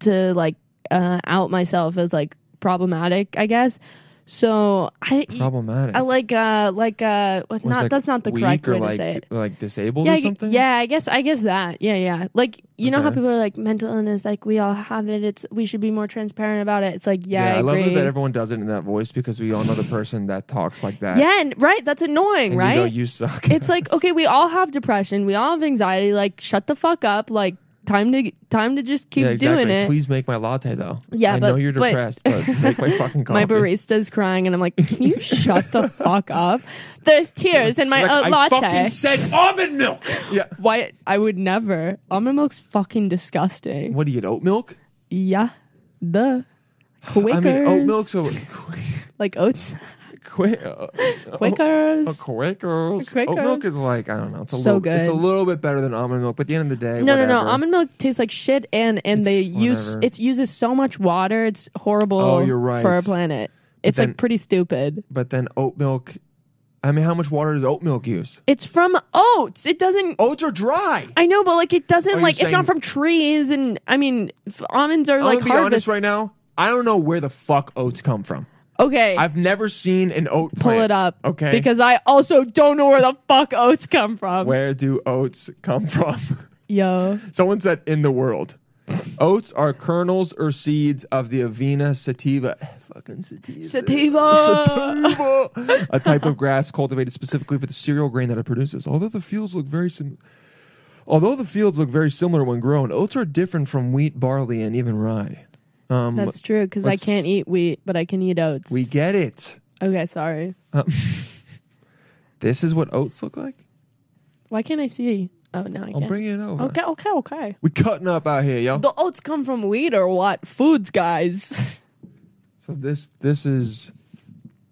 Speaker 4: to like uh, out myself as like problematic. I guess. So I
Speaker 3: Problematic.
Speaker 4: I like uh like uh what-
Speaker 3: Or it's,
Speaker 4: not
Speaker 3: like,
Speaker 4: that's not the
Speaker 3: weak
Speaker 4: correct
Speaker 3: or
Speaker 4: way
Speaker 3: like,
Speaker 4: to say it.
Speaker 3: Like disabled
Speaker 4: Yeah,
Speaker 3: or
Speaker 4: I gu-
Speaker 3: something.
Speaker 4: yeah, I guess I guess that. Yeah, yeah. Like you know how
Speaker 3: Okay.
Speaker 4: people are like mental illness, like we all have it. It's we should be more transparent about it. It's like yeah,
Speaker 3: Yeah,
Speaker 4: I,
Speaker 3: I, love
Speaker 4: agree.
Speaker 3: that everyone does it in that voice because we all know
Speaker 4: [laughs]
Speaker 3: the person that talks like that.
Speaker 4: yeah, and, right. That's annoying,
Speaker 3: and
Speaker 4: right?
Speaker 3: You know you [laughs] suck.
Speaker 4: it's like okay, we all have depression, we all have anxiety. Like shut the fuck up. Like time to time to just keep
Speaker 3: yeah, exactly.
Speaker 4: doing it.
Speaker 3: Please make my latte though.
Speaker 4: Yeah,
Speaker 3: I
Speaker 4: but-
Speaker 3: know you're
Speaker 4: but-
Speaker 3: depressed,
Speaker 4: [laughs]
Speaker 3: but, make my fucking coffee.
Speaker 4: My barista's crying, and I'm like, "Can
Speaker 3: [laughs]
Speaker 4: you shut the fuck up?" There's tears in my
Speaker 3: Like,
Speaker 4: uh,
Speaker 3: I
Speaker 4: latte.
Speaker 3: fucking said almond milk. Yeah.
Speaker 4: Why? I would never. Almond milk's fucking disgusting.
Speaker 3: What do you get? Oat milk?
Speaker 4: Yeah, the Quakers.
Speaker 3: I mean, oat milk's a [laughs]
Speaker 4: like oats.
Speaker 3: quick. Uh,
Speaker 4: Quakers.
Speaker 3: A Quakers. Oat milk
Speaker 4: Quakers.
Speaker 3: is like I don't know. It's a
Speaker 4: So
Speaker 3: little, It's a
Speaker 4: good.
Speaker 3: little bit better than almond milk, but at the end of the day,
Speaker 4: no, no,
Speaker 3: whatever.
Speaker 4: no. Almond milk tastes like shit, and and
Speaker 3: It's
Speaker 4: they use
Speaker 3: whatever.
Speaker 4: it uses so much water. It's horrible.
Speaker 3: Oh, you're right.
Speaker 4: for our planet. It's
Speaker 3: then-
Speaker 4: like pretty stupid.
Speaker 3: But then oat milk I mean, how much water does oat milk use?
Speaker 4: It's from oats. It doesn't.
Speaker 3: Oats are dry.
Speaker 4: I know, but like it
Speaker 3: Are
Speaker 4: doesn't
Speaker 3: you
Speaker 4: like
Speaker 3: saying-
Speaker 4: it's not from trees, and I mean f- almonds are
Speaker 3: I'm
Speaker 4: like
Speaker 3: gonna be honest
Speaker 4: harvest
Speaker 3: right now. I don't know where the fuck oats come from.
Speaker 4: Okay,
Speaker 3: I've never seen an oat
Speaker 4: pull
Speaker 3: plant.
Speaker 4: it up,
Speaker 3: Okay.
Speaker 4: Because I also don't know where the fuck oats come from.
Speaker 3: where do oats come from? [laughs]
Speaker 4: Yo,
Speaker 3: Someone said in the world. Oats are kernels or seeds of the Avena sativa. [laughs] Fucking sativa.
Speaker 4: sativa.
Speaker 3: Sativa. [laughs] a type of grass cultivated specifically for the cereal grain that it produces. Although the fields look very sim- although the fields look very similar when grown, oats are different from wheat, barley, and even rye.
Speaker 4: [laughs] That's true because I
Speaker 3: let's-
Speaker 4: can't eat wheat, but I can eat oats.
Speaker 3: We get it.
Speaker 4: okay, sorry.
Speaker 3: This is what oats look like.
Speaker 4: Why can't I see? Oh no, I
Speaker 3: I'm
Speaker 4: can't.
Speaker 3: bringing it over.
Speaker 4: okay, okay, okay.
Speaker 3: We cutting up out here, yo.
Speaker 4: The oats come from wheat or what? Foods, guys.
Speaker 3: So this this is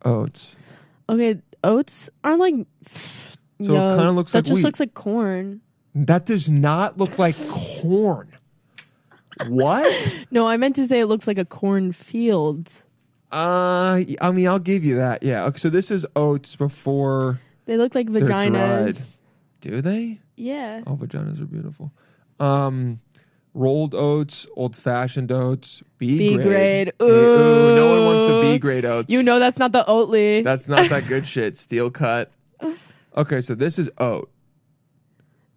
Speaker 3: oats.
Speaker 4: [laughs] okay, oats are like.
Speaker 3: So it
Speaker 4: yo,
Speaker 3: kinda looks
Speaker 4: that
Speaker 3: like
Speaker 4: just
Speaker 3: wheat.
Speaker 4: looks like corn.
Speaker 3: That does not look like corn. What?
Speaker 4: [laughs] No, I meant to say it looks like a cornfield.
Speaker 3: Uh, I mean, I'll give you that. Yeah. Okay, so this is oats before.
Speaker 4: They look like vaginas.
Speaker 3: Do they?
Speaker 4: Yeah.
Speaker 3: Oh, vaginas are beautiful. Um, rolled oats, old fashioned oats, B,
Speaker 4: B grade.
Speaker 3: Hey, ooh, no one wants the
Speaker 4: Ooh.
Speaker 3: B grade oats.
Speaker 4: You know that's not the Oatly.
Speaker 3: that's not that good shit. Steel cut. Okay, so this is oat.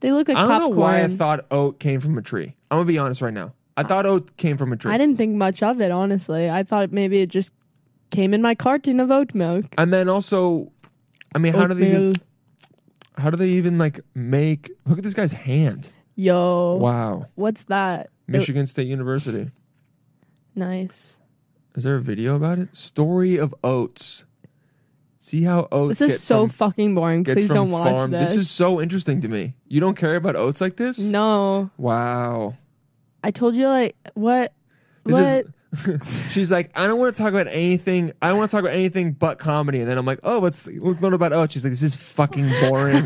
Speaker 4: they look like
Speaker 3: I don't
Speaker 4: popcorn.
Speaker 3: know why I thought oat came from a tree. I'm gonna be honest right now. I thought oat came from a tree.
Speaker 4: I didn't think much of it, honestly. I thought maybe it just came in my carton of oat milk.
Speaker 3: and then also, I mean, how do they even,
Speaker 4: Oatmeal.
Speaker 3: how do they even like make? Look at this guy's hand.
Speaker 4: Yo.
Speaker 3: Wow,
Speaker 4: What's that? Oh. It-
Speaker 3: Michigan State University.
Speaker 4: nice.
Speaker 3: Is there a video about it? Story of oats. See how oats.
Speaker 4: This is
Speaker 3: get
Speaker 4: so
Speaker 3: from,
Speaker 4: fucking boring.
Speaker 3: gets
Speaker 4: Please
Speaker 3: from
Speaker 4: don't watch
Speaker 3: farm.
Speaker 4: this.
Speaker 3: is so interesting to me. You don't care about oats like this?
Speaker 4: no.
Speaker 3: Wow.
Speaker 4: I told you like what
Speaker 3: This
Speaker 4: what
Speaker 3: is- She's like, I don't want to talk about anything. I don't want to talk about anything but comedy. And then I'm like, oh, let's let's learn about oats. She's like, this is fucking
Speaker 4: [laughs]
Speaker 3: boring.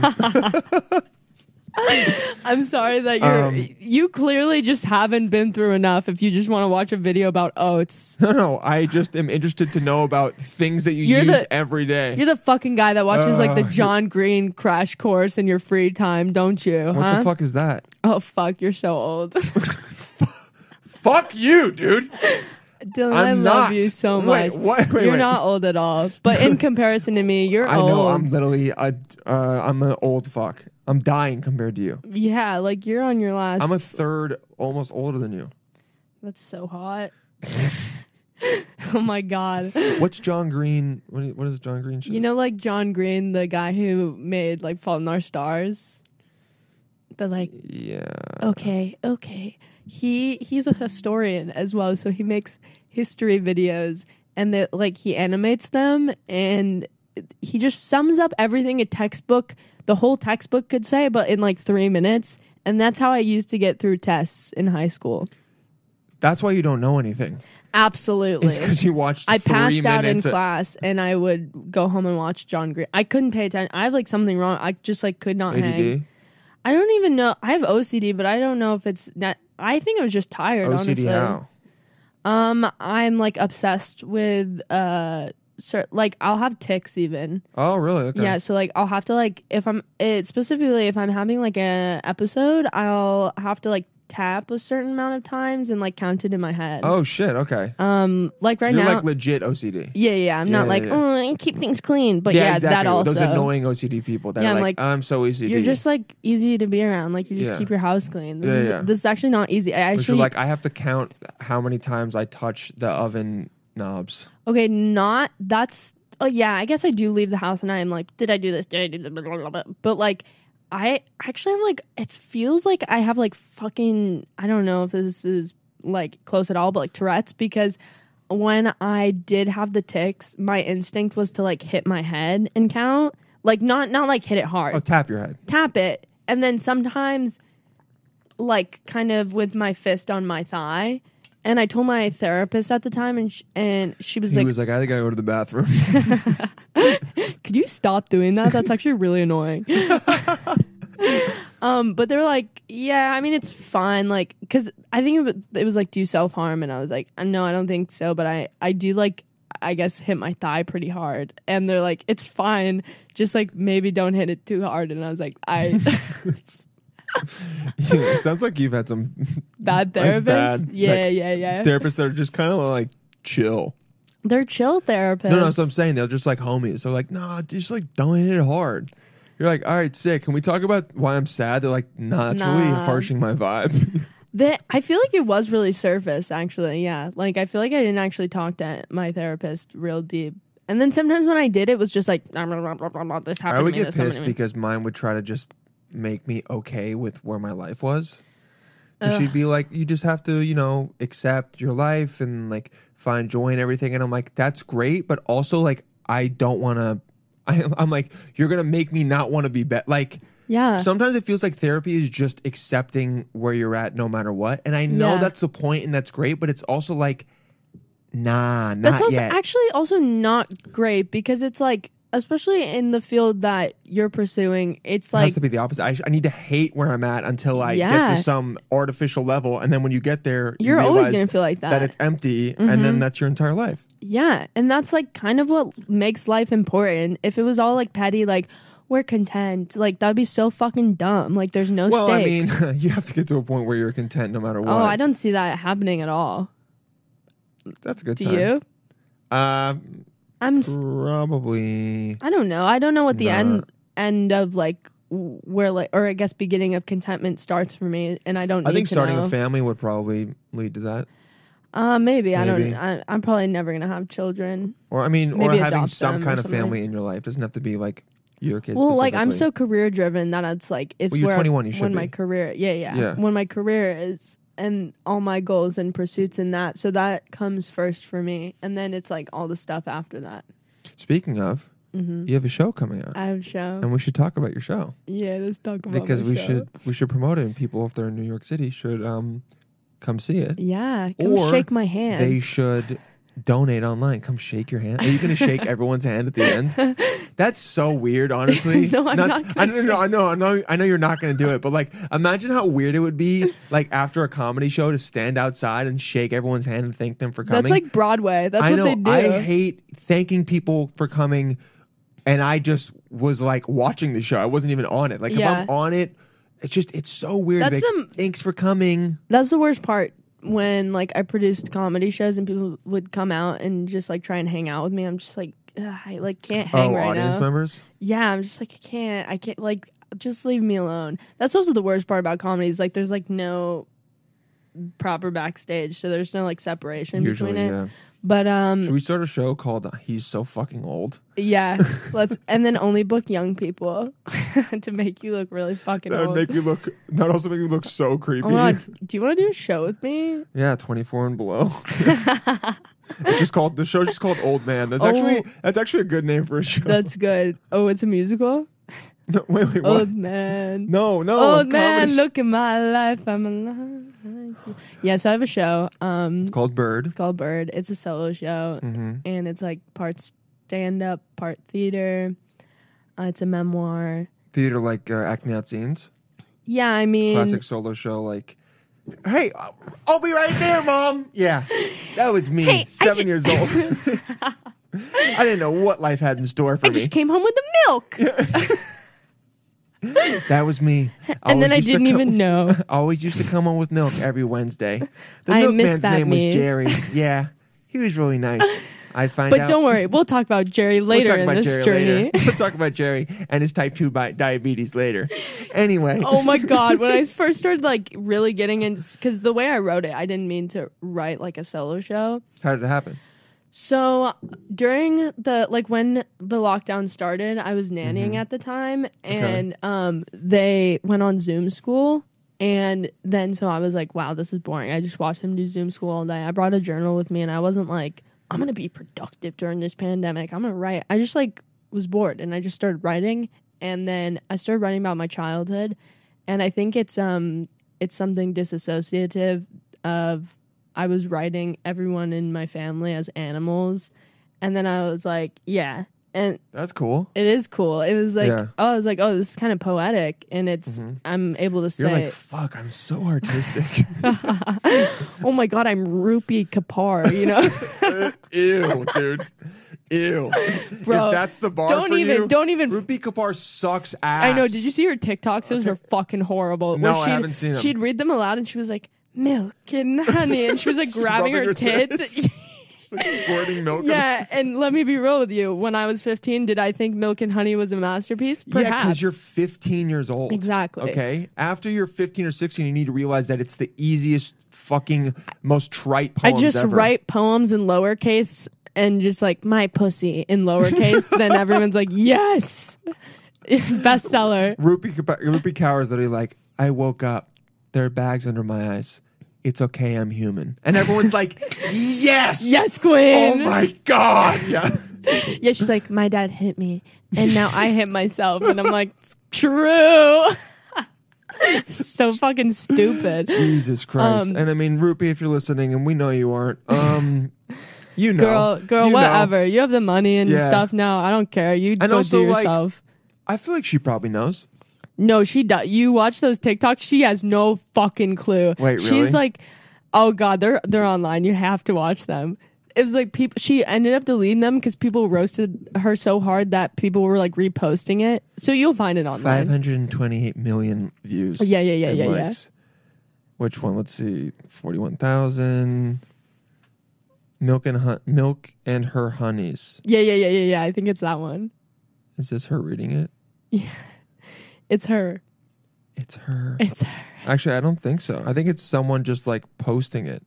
Speaker 4: I'm sorry that you're
Speaker 3: Um,
Speaker 4: you clearly just haven't been through enough if you just want to watch a video about
Speaker 3: [laughs]
Speaker 4: oats.
Speaker 3: no, no. I just am interested to know about things that you
Speaker 4: You're
Speaker 3: use
Speaker 4: the-
Speaker 3: every day.
Speaker 4: You're the fucking guy that watches like the
Speaker 3: Ugh.
Speaker 4: John Green crash course in your free time, don't you?
Speaker 3: what
Speaker 4: huh?
Speaker 3: the fuck is that?
Speaker 4: Oh fuck, you're so old.
Speaker 3: [laughs]
Speaker 4: [laughs]
Speaker 3: Fuck you, dude.
Speaker 4: Dylan, i
Speaker 3: I'm
Speaker 4: love
Speaker 3: not.
Speaker 4: you so
Speaker 3: Wait,
Speaker 4: much.
Speaker 3: what- wait,
Speaker 4: you're
Speaker 3: wait.
Speaker 4: not old at all.
Speaker 3: [laughs]
Speaker 4: But in comparison to me, you're
Speaker 3: I
Speaker 4: old.
Speaker 3: know. I'm literally a, uh, I'm an old fuck. I'm dying compared to you.
Speaker 4: yeah, like you're on your last
Speaker 3: I'm a third almost older than you.
Speaker 4: That's so hot. [laughs] oh my god.
Speaker 3: What's John Green? What is, what is John Green? Shit?
Speaker 4: You know, like John Green, the guy who made like Fault in Our Stars. They're like,
Speaker 3: yeah.
Speaker 4: okay, okay. He he's a historian as well, so he makes history videos and that like he animates them and he just sums up everything a textbook, the whole textbook could say, but in like three minutes. And that's how I used to get through tests in high school.
Speaker 3: That's why you don't know anything. [laughs]
Speaker 4: Absolutely.
Speaker 3: It's because you watched.
Speaker 4: I
Speaker 3: three
Speaker 4: passed out in
Speaker 3: minutes Uh, of-
Speaker 4: class and I would go home and watch John Green. I couldn't pay attention. I have like something wrong. I just like could not hang.
Speaker 3: ADD.
Speaker 4: I don't even know. I have OCD, but I don't know if it's not. I think I was just tired. honestly,
Speaker 3: OCD. How?
Speaker 4: um, I'm like obsessed with uh, cer like I'll have ticks even.
Speaker 3: Oh, really? Okay.
Speaker 4: Yeah, so like I'll have to like if I'm it specifically if I'm having like a episode, I'll have to like tap a certain amount of times and like count it in my head.
Speaker 3: Oh shit. Okay.
Speaker 4: like right
Speaker 3: You're
Speaker 4: Uh, now.
Speaker 3: like legit OCD.
Speaker 4: yeah, yeah. I'm
Speaker 3: Yeah,
Speaker 4: not like,
Speaker 3: yeah,
Speaker 4: oh, I keep things clean. But yeah, that also.
Speaker 3: Those annoying OCD people that
Speaker 4: Yeah,
Speaker 3: are
Speaker 4: I'm
Speaker 3: like,
Speaker 4: like,
Speaker 3: I'm so OCD.
Speaker 4: You're just like easy to be around. Like you just
Speaker 3: Yeah.
Speaker 4: keep your house clean. This
Speaker 3: Yeah,
Speaker 4: is
Speaker 3: yeah.
Speaker 4: this is actually not easy. I
Speaker 3: Which are
Speaker 4: actually
Speaker 3: like, I have to count how many times I touch the oven knobs.
Speaker 4: okay, not that's oh yeah, I guess I do leave the house and I am like, did I do this? Did I do this? Blah, blah, blah, blah. But like I actually have like it feels like I have like fucking I don't know if this is like close at all, but like Tourette's because when I did have the ticks, my instinct was to like hit my head and count. Like not not like hit it hard.
Speaker 3: Oh, tap your head.
Speaker 4: tap it and then sometimes like kind of with my fist on my thigh and i told my therapist at the time and sh- and she was
Speaker 3: He
Speaker 4: like
Speaker 3: was like, I think I go to the bathroom. [laughs]
Speaker 4: could you stop doing that that's actually
Speaker 3: [laughs]
Speaker 4: really annoying [laughs] um but they were like yeah i mean it's fine like because i think it was, it was like do you self-harm and i was like uh, no i don't think so but i i do like I guess hit my thigh pretty hard. And they're like, it's fine. Just like maybe don't hit it too hard. And I was like,
Speaker 3: [laughs]
Speaker 4: I
Speaker 3: it sounds like you've had some
Speaker 4: bad therapist.
Speaker 3: bad,
Speaker 4: yeah,
Speaker 3: like,
Speaker 4: yeah, [laughs] yeah. They're,
Speaker 3: therapists that are just kind of like chill.
Speaker 4: chill therapists.
Speaker 3: No, no, that's what I'm saying. They're just like homies. They're like, nah, just like don't hit it hard. You're like, all right, sick. Can we talk about why I'm sad? They're like, nah, that's really
Speaker 4: Nah.
Speaker 3: harshing my vibe.
Speaker 4: That I feel like it was really surface, actually. Yeah, like I feel like I didn't actually talk to my therapist real deep. And then sometimes when I did, it was just like "Nah, blah, blah, blah, blah, blah, this happened.
Speaker 3: I would
Speaker 4: to me,
Speaker 3: get
Speaker 4: this happened
Speaker 3: pissed
Speaker 4: to me."
Speaker 3: because mine would try to just make me okay with where my life was. And she'd be like, "You just have to, you know, accept your life and like find joy in everything." And I'm like, "That's great, but also like I don't want to." [laughs] I'm like, "You're gonna make me not want to be bet." Like
Speaker 4: yeah,
Speaker 3: sometimes it feels like therapy is just accepting where you're at, no matter what. And I know
Speaker 4: Yeah.
Speaker 3: that's the point, and that's great, but it's also like, nah, not
Speaker 4: that's also
Speaker 3: yet.
Speaker 4: actually also not great because it's like, especially in the field that you're pursuing, it's
Speaker 3: it
Speaker 4: like
Speaker 3: has to be the opposite. I, sh- I need to hate where I'm at until I
Speaker 4: Yeah.
Speaker 3: get to some artificial level, and then when you get there, you
Speaker 4: You're always
Speaker 3: realize
Speaker 4: gonna feel like that. Mm-hmm.
Speaker 3: That it's empty, and then that's your entire life.
Speaker 4: Yeah, and that's like kind of what makes life important. If it was all like petty, like we're content, like that'd be so fucking dumb. Like there's no
Speaker 3: Well,
Speaker 4: stakes.
Speaker 3: I mean, [laughs] you have to get to a point where you're content no matter what.
Speaker 4: oh, I don't see that happening at all.
Speaker 3: That's a good
Speaker 4: Do
Speaker 3: sign.
Speaker 4: you?
Speaker 3: Uh,
Speaker 4: I'm. s-
Speaker 3: probably.
Speaker 4: I don't know. I don't know what the
Speaker 3: Nah.
Speaker 4: end end of like w- where like or I guess beginning of contentment starts for me, and I don't.
Speaker 3: I
Speaker 4: need
Speaker 3: think
Speaker 4: to
Speaker 3: starting
Speaker 4: know.
Speaker 3: a family would probably lead to that,
Speaker 4: Uh, maybe, I don't.
Speaker 3: Maybe.
Speaker 4: I, I'm probably never gonna have children.
Speaker 3: or I mean, or
Speaker 4: Maybe
Speaker 3: having
Speaker 4: adopt
Speaker 3: some
Speaker 4: them or
Speaker 3: kind of
Speaker 4: something.
Speaker 3: family in your life doesn't have to be like your kids.
Speaker 4: Well, like I'm so
Speaker 3: specifically.
Speaker 4: career driven that it's like it's
Speaker 3: Well, you're
Speaker 4: where
Speaker 3: 21, you should
Speaker 4: when my
Speaker 3: be.
Speaker 4: career, yeah, yeah,
Speaker 3: Yeah.
Speaker 4: when my career is and all my goals and pursuits and that, so that comes first for me, and then it's like all the stuff after that.
Speaker 3: Speaking of,
Speaker 4: Mm-hmm.
Speaker 3: you have a show coming out,
Speaker 4: I have a show.
Speaker 3: and we should talk about your show.
Speaker 4: Yeah, let's talk about
Speaker 3: because
Speaker 4: my
Speaker 3: we
Speaker 4: show.
Speaker 3: should we should promote it and people if they're in New York City should um come see it.
Speaker 4: Yeah, come
Speaker 3: Or
Speaker 4: shake my hand.
Speaker 3: They should donate online. Come shake your hand. Are you gonna
Speaker 4: [laughs]
Speaker 3: shake everyone's hand at the end? That's so weird, honestly.
Speaker 4: [laughs] No, I'm not
Speaker 3: I
Speaker 4: gonna
Speaker 3: know, no, I know, I know, I know you're not gonna do it, but like, imagine how weird it would be, like after a comedy show, to stand outside and shake everyone's hand and thank them for coming.
Speaker 4: That's like Broadway. That's
Speaker 3: I
Speaker 4: what
Speaker 3: know.
Speaker 4: they do.
Speaker 3: I hate thanking people for coming, and I just was like watching the show. I wasn't even on it. Like
Speaker 4: Yeah.
Speaker 3: if I'm on it, it's just it's so weird.
Speaker 4: That's
Speaker 3: Like,
Speaker 4: some-
Speaker 3: Thanks for coming.
Speaker 4: That's the worst part when like I produced comedy shows and people would come out and just like try and hang out with me. I'm just like. ugh, I like can't hang
Speaker 3: oh,
Speaker 4: right
Speaker 3: audience
Speaker 4: now.
Speaker 3: members.
Speaker 4: yeah, I'm just like I can't. I can't like just leave me alone. That's also the worst part about comedy is like there's like no proper backstage, so there's no like separation
Speaker 3: Usually,
Speaker 4: between it.
Speaker 3: yeah.
Speaker 4: But um
Speaker 3: Should we start a show called uh, "He's So Fucking Old"? [laughs]
Speaker 4: yeah, let's and then only book young people [laughs] to make you look really fucking old.
Speaker 3: you look. That would also make you look so creepy.
Speaker 4: Oh my God, do you want to do a show with me?
Speaker 3: yeah, twenty four and
Speaker 4: [laughs]
Speaker 3: below. it's just called the show's just called Old Man. That's
Speaker 4: Oh.
Speaker 3: actually that's actually a good name for a show.
Speaker 4: That's good. Oh, it's a musical?
Speaker 3: [laughs] No, wait, wait, what?
Speaker 4: Old man.
Speaker 3: no, no. a
Speaker 4: Old
Speaker 3: comedy
Speaker 4: man,
Speaker 3: show.
Speaker 4: look at my life. I'm alive. like you. Yeah, so I have a show. Um
Speaker 3: It's called Bird.
Speaker 4: It's called Bird. It's a solo show,
Speaker 3: Mm-hmm.
Speaker 4: and it's like part stand up, part theater. Uh, it's a memoir.
Speaker 3: Theater like uh, acting out scenes.
Speaker 4: Yeah, I mean,
Speaker 3: classic solo show like hey I'll- i'll be right there mom yeah that was me
Speaker 4: Hey, I
Speaker 3: seven
Speaker 4: ju-
Speaker 3: years old
Speaker 4: [laughs]
Speaker 3: i didn't know what life had in store for
Speaker 4: I
Speaker 3: me
Speaker 4: just came home with the
Speaker 3: [laughs]
Speaker 4: milk,
Speaker 3: that was me
Speaker 4: and then
Speaker 3: always
Speaker 4: I
Speaker 3: used to
Speaker 4: didn't
Speaker 3: come-
Speaker 4: even know.
Speaker 3: I always used to come on with milk every wednesday the
Speaker 4: I miss
Speaker 3: milkman's
Speaker 4: that
Speaker 3: name was
Speaker 4: meme.
Speaker 3: jerry yeah he was really nice [laughs]
Speaker 4: [laughs]
Speaker 3: i find
Speaker 4: But
Speaker 3: out
Speaker 4: don't worry, we'll talk about Jerry
Speaker 3: We'll
Speaker 4: later
Speaker 3: talk
Speaker 4: in
Speaker 3: about
Speaker 4: this
Speaker 3: Jerry
Speaker 4: journey.
Speaker 3: later.
Speaker 4: [laughs]
Speaker 3: [laughs] We'll talk about Jerry and his type 2 bi- diabetes later. Anyway.
Speaker 4: oh my god, when I first started like really getting into, because the way I wrote it, I didn't mean to write like a solo show.
Speaker 3: How did it happen?
Speaker 4: So during the like when the lockdown started, I was nannying at the time and um they went on Zoom school and then so I was like, wow, this is boring. I just watched them do Zoom school all day. I brought a journal with me and I wasn't like I'm going to be productive during this pandemic. I'm going to write. I just like was bored and I just started writing and then I started writing about my childhood and I think it's um it's something disassociative of I was writing everyone in my family as animals. And then I was like, yeah. and
Speaker 3: That's cool.
Speaker 4: it is cool. It was like,
Speaker 3: Yeah. Mm-hmm.
Speaker 4: oh, I was like, oh, this is kind of poetic, and it's I'm able to
Speaker 3: You're
Speaker 4: say,
Speaker 3: like, fuck, I'm so artistic. [laughs]
Speaker 4: oh my god, I'm Rupi Kapar, you
Speaker 3: [laughs]
Speaker 4: know,
Speaker 3: Ew, dude. Ew.
Speaker 4: [laughs] bro.
Speaker 3: if that's the bar
Speaker 4: Don't
Speaker 3: for
Speaker 4: even,
Speaker 3: you,
Speaker 4: don't even.
Speaker 3: Rupi Kapoor sucks ass.
Speaker 4: I know. Did you see her TikToks? Those were fucking horrible.
Speaker 3: No,
Speaker 4: Where
Speaker 3: I
Speaker 4: she'd-
Speaker 3: haven't seen 'em.
Speaker 4: She'd read them aloud, and she was like, milk
Speaker 3: [laughs]
Speaker 4: and honey, and she was like
Speaker 3: rubbing
Speaker 4: grabbing her,
Speaker 3: her
Speaker 4: tits.
Speaker 3: tits. squirting milk? on-
Speaker 4: [laughs] yeah, and let me be real with you. When I was 15, did I think Milk and Honey was a masterpiece? Perhaps.
Speaker 3: Yeah, because you're 15 years old.
Speaker 4: Exactly.
Speaker 3: Okay. After you're 15 or 16, you need to realize that it's the easiest, fucking, most trite
Speaker 4: I
Speaker 3: poems
Speaker 4: just
Speaker 3: ever.
Speaker 4: write poems in lowercase and just like my pussy in lowercase.
Speaker 3: [laughs]
Speaker 4: then everyone's like, yes, [laughs] bestseller.
Speaker 3: Rupi, Kapa- Rupi Kaur is literally like, I woke up. There are bags under my eyes. It's okay. I'm human. And everyone's
Speaker 4: [laughs]
Speaker 3: like, yes.
Speaker 4: Yes, Quinn.
Speaker 3: Oh my God. Yeah.
Speaker 4: Yeah, she's like, my dad hit me, and now I hit myself, and I'm like, true. [laughs] so fucking stupid.
Speaker 3: Jesus Christ.
Speaker 4: Um,
Speaker 3: and I mean, Rupi, if you're listening, and we know you aren't, um, you know.
Speaker 4: Girl, girl,
Speaker 3: You know.
Speaker 4: whatever. You have the money and
Speaker 3: Yeah.
Speaker 4: stuff now. I don't care. You go
Speaker 3: also,
Speaker 4: do
Speaker 3: like-
Speaker 4: yourself.
Speaker 3: I feel like she probably knows.
Speaker 4: No, she does. You watch those TikToks. She has no fucking clue.
Speaker 3: Wait, really?
Speaker 4: She's like, oh god, they're they're online. You have to watch them. It was like people. She ended up deleting them because people roasted her so hard that people were like reposting it. So you'll find it online.
Speaker 3: 528 million views.
Speaker 4: Yeah, yeah, yeah,
Speaker 3: and
Speaker 4: yeah, yeah.
Speaker 3: likes. Which one? Let's see. 41,000. Milk and Hun- Milk and Her Honeys.
Speaker 4: Yeah, yeah, yeah, yeah, yeah. I think it's that one.
Speaker 3: Is this her reading it?
Speaker 4: It's her.
Speaker 3: It's her.
Speaker 4: It's her.
Speaker 3: Actually, I don't think so. I think it's someone just like posting it.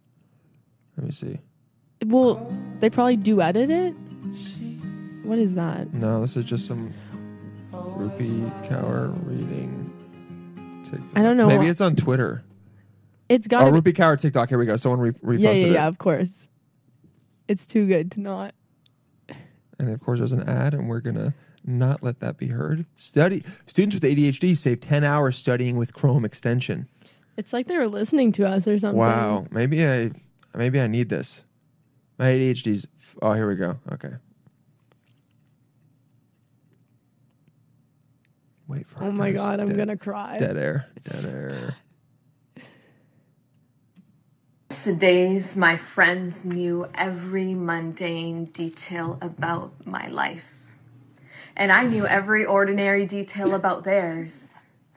Speaker 3: Let me see.
Speaker 4: Well, they probably do edit it. What is that?
Speaker 3: No, this is just some Rupi Kaur reading. TikTok.
Speaker 4: I don't know
Speaker 3: Maybe
Speaker 4: why-
Speaker 3: it's on Twitter.
Speaker 4: It's
Speaker 3: Oh,
Speaker 4: gotta. be-
Speaker 3: Rupi Kaur TikTok. Here we go. Someone re- reposted
Speaker 4: yeah, yeah, yeah.
Speaker 3: it.
Speaker 4: Of course. It's too good to not.
Speaker 3: And of course, there's an ad, and we're gonna not let that be heard. Study students with ADHD save 10 hours studying with Chrome extension.
Speaker 4: It's like they were listening to us or something.
Speaker 3: Wow. Maybe I maybe I need this. My ADHD's. f- Oh, here we go. Okay. Wait for.
Speaker 4: Oh my
Speaker 3: there's
Speaker 4: god, I'm
Speaker 3: dead-
Speaker 4: gonna cry.
Speaker 3: dead air. Dead
Speaker 4: so
Speaker 3: air.
Speaker 7: The days my friends knew every mundane detail about my life. And I knew every ordinary detail about theirs.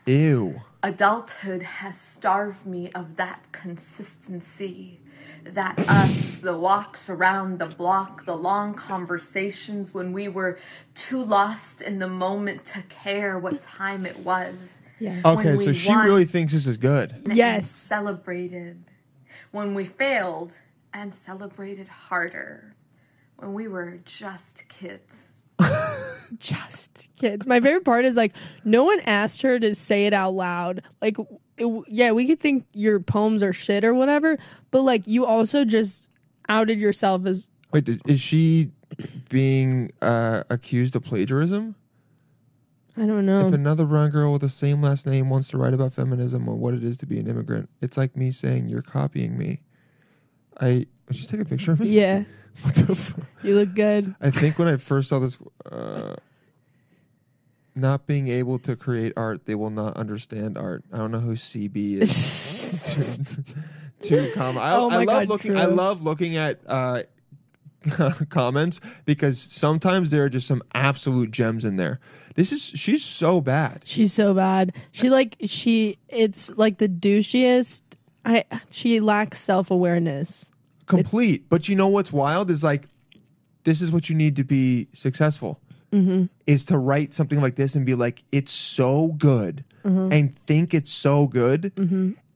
Speaker 3: Ew.
Speaker 7: Adulthood has starved me of that consistency. That us, the walks around the block, the long conversations when we were too lost in the moment to care what time it was.
Speaker 4: Yes.
Speaker 3: Okay,
Speaker 7: When
Speaker 3: so
Speaker 7: we
Speaker 3: she
Speaker 7: won.
Speaker 3: really thinks this is good.
Speaker 7: and
Speaker 4: Yes.
Speaker 7: celebrated when we failed and celebrated harder when we were just kids.
Speaker 4: Just kids. My favorite part is like no one asked her to say it out loud. Like it, yeah, we could think your poems are shit or whatever, but like you also just outed yourself as
Speaker 3: Wait, did- is she being uh, accused of plagiarism?
Speaker 4: I don't
Speaker 3: If
Speaker 4: know.
Speaker 3: another brown girl with the same last name wants to write about feminism or what it is to be an immigrant, it's like me saying you're copying me. I would you take a picture of me?
Speaker 4: Yeah.
Speaker 3: [laughs] What the fuck?
Speaker 4: You
Speaker 3: [laughs]
Speaker 4: look good.
Speaker 3: I think when I first saw this, uh, not being able to create art, they will not understand art. I don't know who CB is. [laughs] two comma. I,
Speaker 4: Oh
Speaker 3: I
Speaker 4: my
Speaker 3: love
Speaker 4: God,
Speaker 3: looking.
Speaker 4: true.
Speaker 3: I love looking at uh, [laughs] comments because sometimes there are just some absolute gems in there. This is she's so bad.
Speaker 4: [laughs] She's so bad. She like she it's like the douchiest I she lacks self-awareness.
Speaker 3: complete. But you know what's wild is like, this is what you need to be successful.
Speaker 4: Mm-hmm.
Speaker 3: Is to write something like this and be like, it's so good,
Speaker 4: Mm-hmm.
Speaker 3: and think it's so good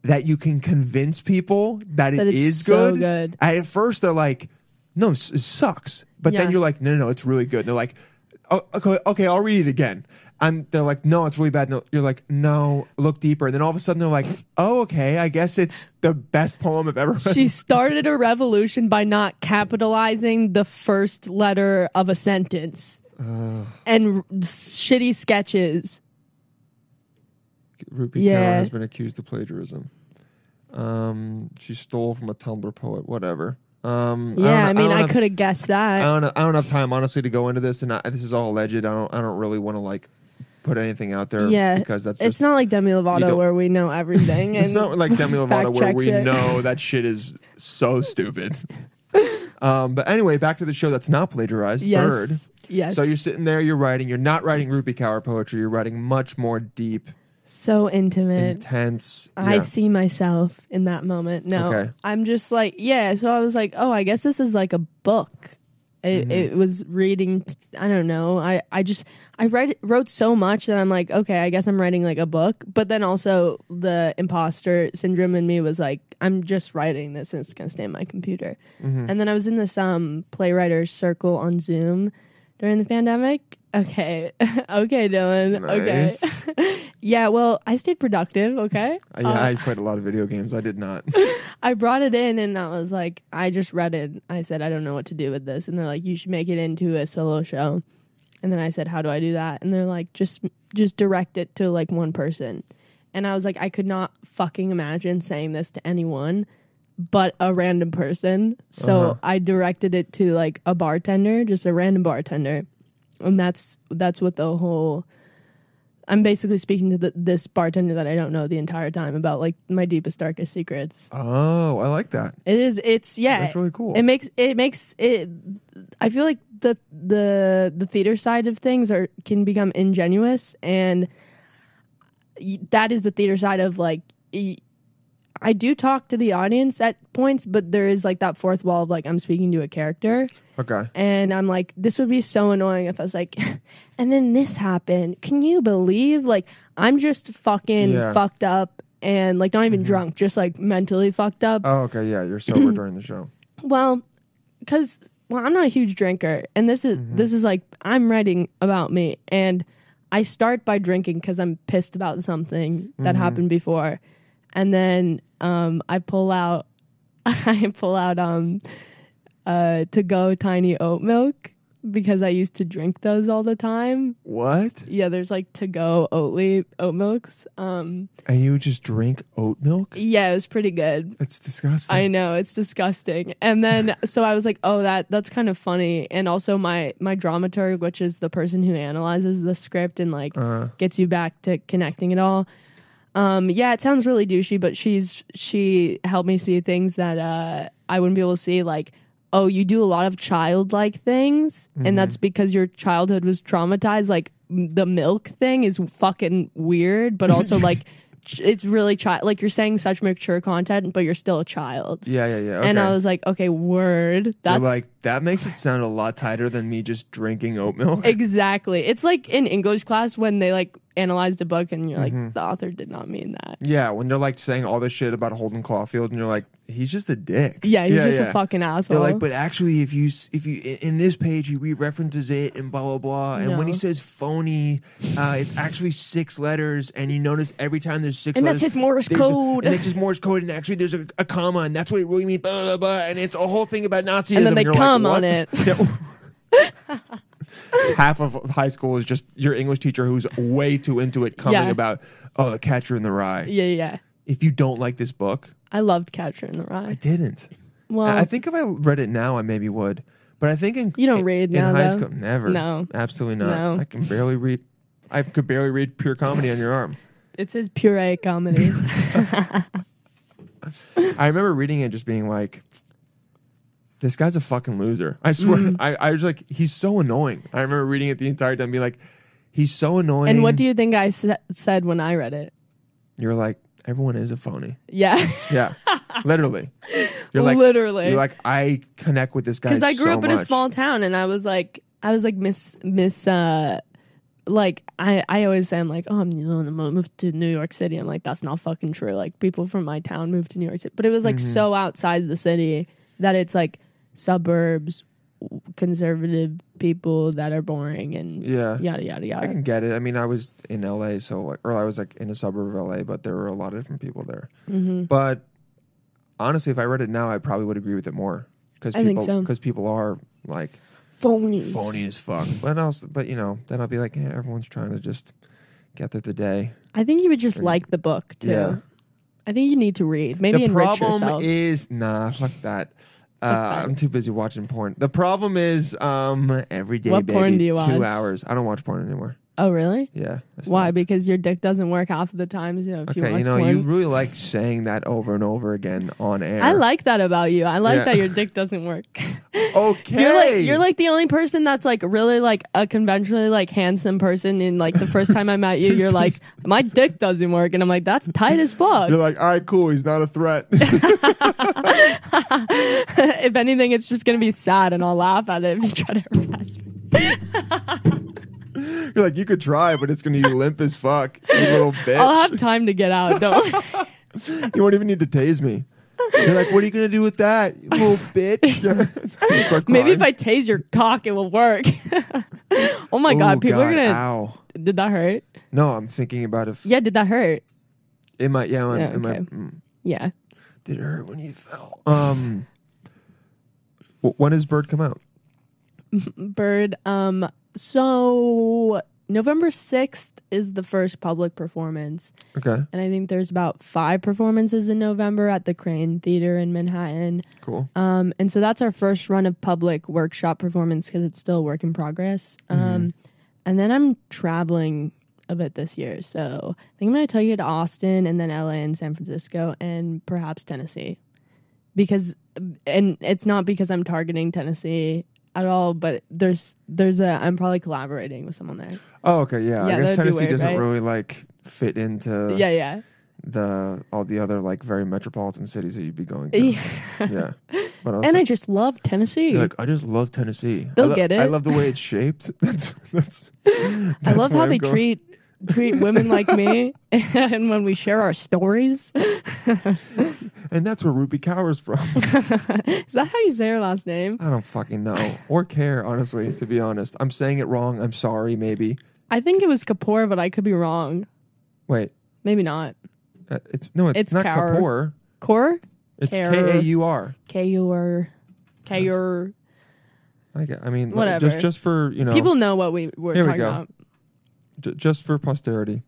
Speaker 3: that you can convince people that,
Speaker 4: That
Speaker 3: it
Speaker 4: it's
Speaker 3: is
Speaker 4: so
Speaker 3: good.
Speaker 4: good.
Speaker 3: And At first, they're like, no, s- it sucks. But
Speaker 4: Yeah.
Speaker 3: then you're like, no, no, no, it's really good. And they're like, oh, okay, okay, I'll read it again. And they're like, no, it's really bad. No, you're like, no, look deeper. And then all of a sudden, they're like, oh, okay, I guess it's the best poem I've ever read.
Speaker 4: she started a revolution by not capitalizing the first letter of a sentence
Speaker 3: Uh.
Speaker 4: and r- shitty sketches.
Speaker 3: Rupi Kaur
Speaker 4: Yeah.
Speaker 3: has been accused of plagiarism. Um, she stole from a Tumblr poet, whatever. Um,
Speaker 4: Yeah, I,
Speaker 3: don't-
Speaker 4: mean,
Speaker 3: don't
Speaker 4: I,
Speaker 3: have-
Speaker 4: could have guessed that.
Speaker 3: I don't. I don't have time, honestly, to go into this, and I, this is all alleged. I don't. I don't really want to like put anything out there.
Speaker 4: yeah,
Speaker 3: because that's
Speaker 4: it's
Speaker 3: just,
Speaker 4: not like Demi
Speaker 3: don't-
Speaker 4: Lovato where
Speaker 3: [laughs]
Speaker 4: we know everything.
Speaker 3: It's
Speaker 4: and
Speaker 3: not like
Speaker 4: [laughs]
Speaker 3: Demi Lovato where
Speaker 4: fact-checks
Speaker 3: we
Speaker 4: it.
Speaker 3: know that shit is so stupid. um, but anyway, back to the show that's not plagiarized.
Speaker 4: [laughs] Yes,
Speaker 3: Bird.
Speaker 4: yes.
Speaker 3: So you're sitting there, you're writing. You're not writing Rupi Kaur poetry. You're writing much more deep,
Speaker 4: so intimate.
Speaker 3: intense.
Speaker 4: I
Speaker 3: yeah.
Speaker 4: see myself in that moment. No,
Speaker 3: Okay.
Speaker 4: I'm just like, yeah. So I was like, oh, I guess this is like a book. It,
Speaker 3: Mm-hmm.
Speaker 4: it was reading. t- I don't know. I, I just I read wrote so much that I'm like, okay, I guess I'm writing like a book. But then also the imposter syndrome in me was like, I'm just writing this and it's gonna stay in my computer.
Speaker 3: Mm-hmm.
Speaker 4: And then I was in this um playwriters circle on Zoom during the pandemic. Okay, [laughs] okay, Dylan. Okay.
Speaker 3: Nice.
Speaker 4: Yeah, well, I stayed productive, okay?
Speaker 3: I- yeah,
Speaker 4: Uh,
Speaker 3: I played a lot of video games. I did
Speaker 4: [laughs]
Speaker 3: not.
Speaker 4: I brought it in and I was like, I just read it. I said, I don't know what to do with this. And they're like, you should make it into a solo show. And then I said, how do I do that? And they're like, just just direct it to like one person. And I was like, I could not fucking imagine saying this to anyone but a random person. So I directed it to like a bartender, just a random bartender. And that's that's what the whole I'm basically speaking to the, this bartender that I don't know the entire time about like my deepest darkest secrets.
Speaker 3: oh, I like that.
Speaker 4: It is. It's yeah.
Speaker 3: That's really cool.
Speaker 4: It makes it makes it. I feel like the the the theater side of things are can become ingenuous, and y- that is the theater side of like. y- I do talk to the audience at points, but there is like that fourth wall of like I'm speaking to a character.
Speaker 3: Okay.
Speaker 4: And I'm like, this would be so annoying if I was like, [laughs] and then this happened. Can you believe? Like, I'm just fucking
Speaker 3: Yeah. Mm-hmm.
Speaker 4: fucked up and like not even drunk, just like mentally fucked up.
Speaker 3: Oh, okay. Yeah, you're
Speaker 4: [clears throat]
Speaker 3: sober during the show.
Speaker 4: Well, because well, I'm not a huge drinker, and this is this is like I'm writing about me, and I start by drinking because I'm pissed about something that happened before, and then um, I pull out, [laughs] I pull out um, uh, to go tiny oat milk because I used to drink those all the time.
Speaker 3: What?
Speaker 4: Yeah, there's like to go Oatly oat milks. Um,
Speaker 3: And you just drink oat milk?
Speaker 4: yeah, it was pretty good.
Speaker 3: It's disgusting. [laughs]
Speaker 4: I know it's disgusting. And then so I was like, oh, that that's kind of funny. And also my my dramaturg, which is the person who analyzes the script and like gets you back to connecting it all. Um, yeah, it sounds really douchey, but she's she helped me see things that uh, I wouldn't be able to see. Like, oh, you do a lot of childlike things, and that's because your childhood was traumatized. Like m- the milk thing is fucking weird, but also like. ch- It's really child like you're saying such mature content, but you're still a child.
Speaker 3: Yeah, yeah, yeah. Okay.
Speaker 4: And I was like, okay, word.
Speaker 3: You're
Speaker 4: That's
Speaker 3: like, [laughs] that makes it sound a lot tighter than me just drinking oat milk.
Speaker 4: exactly. It's like in English class when they like analyzed a book and you're
Speaker 3: Mm-hmm.
Speaker 4: like, the author did not mean that.
Speaker 3: yeah, when they're like saying all this shit about Holden Caulfield, and you're like, he's just a dick.
Speaker 4: Yeah, he's just
Speaker 3: yeah.
Speaker 4: a fucking
Speaker 3: They're
Speaker 4: asshole.
Speaker 3: like, but actually, if you s- if you i- in this page he re-references it and blah blah blah, and when he
Speaker 4: No.
Speaker 3: says phony, uh, it's actually six letters, and you notice every time there's six,
Speaker 4: And that's
Speaker 3: letters,
Speaker 4: his Morse
Speaker 3: there's a-
Speaker 4: code.
Speaker 3: and that's his Morse code, and actually there's a, a comma, and that's what it really means, blah blah blah, and it's a whole thing about Nazism.
Speaker 4: they
Speaker 3: you're like,
Speaker 4: come
Speaker 3: "What
Speaker 4: on
Speaker 3: the [laughs]
Speaker 4: it."
Speaker 3: half of high school is just your English teacher who's way too into it coming
Speaker 4: Yeah.
Speaker 3: about oh the catcher in the rye.
Speaker 4: yeah, yeah, yeah.
Speaker 3: If you don't like this book,
Speaker 4: I loved Catcher in the Rye.
Speaker 3: didn't.
Speaker 4: Well,
Speaker 3: I think if I read it now, I maybe would. But I think in
Speaker 4: You don't
Speaker 3: in-
Speaker 4: read
Speaker 3: in
Speaker 4: now,
Speaker 3: high
Speaker 4: though?
Speaker 3: school. Never.
Speaker 4: No.
Speaker 3: absolutely not.
Speaker 4: No.
Speaker 3: I can barely read. I could barely read pure comedy on your arm.
Speaker 4: it's his puree
Speaker 3: [laughs]
Speaker 4: comedy.
Speaker 3: I remember reading it, just being like, "This guy's a fucking loser." I swear.
Speaker 4: Mm.
Speaker 3: I, I was like, "He's so annoying." I remember reading it the entire time, being like, "He's so annoying."
Speaker 4: and what do you think I sa- said when I read it?
Speaker 3: You're like, everyone is a phony.
Speaker 4: Yeah. [laughs]
Speaker 3: Yeah, literally. You're
Speaker 4: Literally.
Speaker 3: You're like, I connect with this guy
Speaker 4: because I grew
Speaker 3: so
Speaker 4: up in a
Speaker 3: much."
Speaker 4: small town, and I was like, I was like Miss Miss. uh like I, I always say I'm like oh I'm you know, I'm gonna move to New York City I'm like that's not fucking true like people from my town moved to New York City but it was
Speaker 3: Mm-hmm.
Speaker 4: like so outside the city that it's like suburbs w- conservative people that are boring and
Speaker 3: Yeah.
Speaker 4: yada yada
Speaker 3: I
Speaker 4: yada
Speaker 3: can get it. I mean, I was in LA, so like, or I was like in a suburb of LA, but there were a lot of different people there.
Speaker 4: Mm-hmm.
Speaker 3: But honestly, if I read it now, I probably would agree with it more because
Speaker 4: I think
Speaker 3: people
Speaker 4: so.
Speaker 3: because people are like
Speaker 4: phonies
Speaker 3: phony as fuck. But else, but you know, then I'll be like, yeah, everyone's trying to just get through the day.
Speaker 4: I think you would just like the book too
Speaker 3: Yeah.
Speaker 4: I think you need to read maybe
Speaker 3: the
Speaker 4: enrich
Speaker 3: problem
Speaker 4: yourself
Speaker 3: is nah, fuck that. Uh, I'm too busy watching porn. The problem is, um, every day,
Speaker 4: What
Speaker 3: baby,
Speaker 4: porn do you
Speaker 3: two
Speaker 4: watch?
Speaker 3: hours. I don't watch porn anymore.
Speaker 4: Oh, really?
Speaker 3: Yeah. I stopped.
Speaker 4: Why? Because your dick doesn't work half of the time. So if you,
Speaker 3: Okay,
Speaker 4: watch
Speaker 3: you know,
Speaker 4: porn-
Speaker 3: you really like saying that over and over again on air.
Speaker 4: I like that about you. I like
Speaker 3: Yeah.
Speaker 4: that your dick doesn't
Speaker 3: [laughs]
Speaker 4: work.
Speaker 3: Okay.
Speaker 4: You're like you're like the only person that's like really like a conventionally like handsome person. And like the first time I met you, you're like my dick doesn't work, and I'm like that's tight as fuck. [laughs]
Speaker 3: You're like, all right, cool. He's not a threat. [laughs]
Speaker 4: if anything, it's just gonna be sad, and I'll laugh at it if you try to harass me.
Speaker 3: You're like, you could try, but it's gonna be limp as fuck,
Speaker 4: [laughs]
Speaker 3: you little bitch.
Speaker 4: I'll have time to get out.
Speaker 3: [laughs]
Speaker 4: Don't.
Speaker 3: you won't even need to tase me. You're like, what are you gonna do with that, you
Speaker 4: [laughs]
Speaker 3: little bitch? [laughs] You start
Speaker 4: [laughs] Maybe if
Speaker 3: crying.
Speaker 4: I tase your cock, it will work. [laughs] oh my god,
Speaker 3: Ooh,
Speaker 4: people are gonna.
Speaker 3: Ow.
Speaker 4: Did that hurt?
Speaker 3: No, I'm thinking about if
Speaker 4: Yeah, did that hurt?
Speaker 3: it might. Yeah, it
Speaker 4: Yeah,
Speaker 3: might-
Speaker 4: okay.
Speaker 3: it might. mm,
Speaker 4: Yeah.
Speaker 3: Did it hurt when you fell? Um. wh- When does Bird come out?
Speaker 4: Bird. Um. So November sixth is the first public performance,
Speaker 3: Okay,
Speaker 4: and I think there's about five performances in November at the Crane Theater in Manhattan.
Speaker 3: cool.
Speaker 4: Um. And so that's our first run of public workshop performance because it's still a work in progress.
Speaker 3: Mm-hmm.
Speaker 4: Um. And then I'm traveling a bit this year, so I think I'm going to take you to Austin and then LA and San Francisco and perhaps Tennessee, because and it's not because I'm targeting Tennessee at all, but there's there's a I'm probably collaborating with someone there.
Speaker 3: Oh, okay, yeah.
Speaker 4: yeah,
Speaker 3: I guess
Speaker 4: that'd be
Speaker 3: Tennessee
Speaker 4: weird,
Speaker 3: doesn't
Speaker 4: right?
Speaker 3: really like fit into
Speaker 4: yeah, yeah.
Speaker 3: the all the other like very metropolitan cities that you'd be going to.
Speaker 4: Yeah.
Speaker 3: yeah. But
Speaker 4: [laughs]
Speaker 3: I was
Speaker 4: And I
Speaker 3: like,
Speaker 4: just love Tennessee.
Speaker 3: you're like, I just love Tennessee.
Speaker 4: They'll
Speaker 3: I lo-
Speaker 4: get it.
Speaker 3: I love the way
Speaker 4: [laughs]
Speaker 3: it's shaped. [laughs] that's that's.
Speaker 4: I
Speaker 3: where
Speaker 4: love how
Speaker 3: I'm
Speaker 4: they
Speaker 3: going.
Speaker 4: treat treat women like me, [laughs] and when we share our stories,
Speaker 3: And that's where Ruby Cower's from. [laughs]
Speaker 4: is that how you say her last name?
Speaker 3: I don't fucking know or care, honestly. To be honest, I'm saying it wrong. I'm sorry. Maybe.
Speaker 4: I think it was Kapoor, but I could be wrong.
Speaker 3: Wait.
Speaker 4: Maybe not.
Speaker 3: Uh, it's no. It's,
Speaker 4: It's
Speaker 3: not
Speaker 4: Kaur.
Speaker 3: Kapoor.
Speaker 4: Kaur.
Speaker 3: It's
Speaker 4: Kaur.
Speaker 3: K A U R.
Speaker 4: Kaur. Kaur.
Speaker 3: I get. I mean, like,
Speaker 4: Whatever.
Speaker 3: just just for you know,
Speaker 4: People know what we were
Speaker 3: Here we
Speaker 4: talking
Speaker 3: go.
Speaker 4: about.
Speaker 3: j- just for posterity.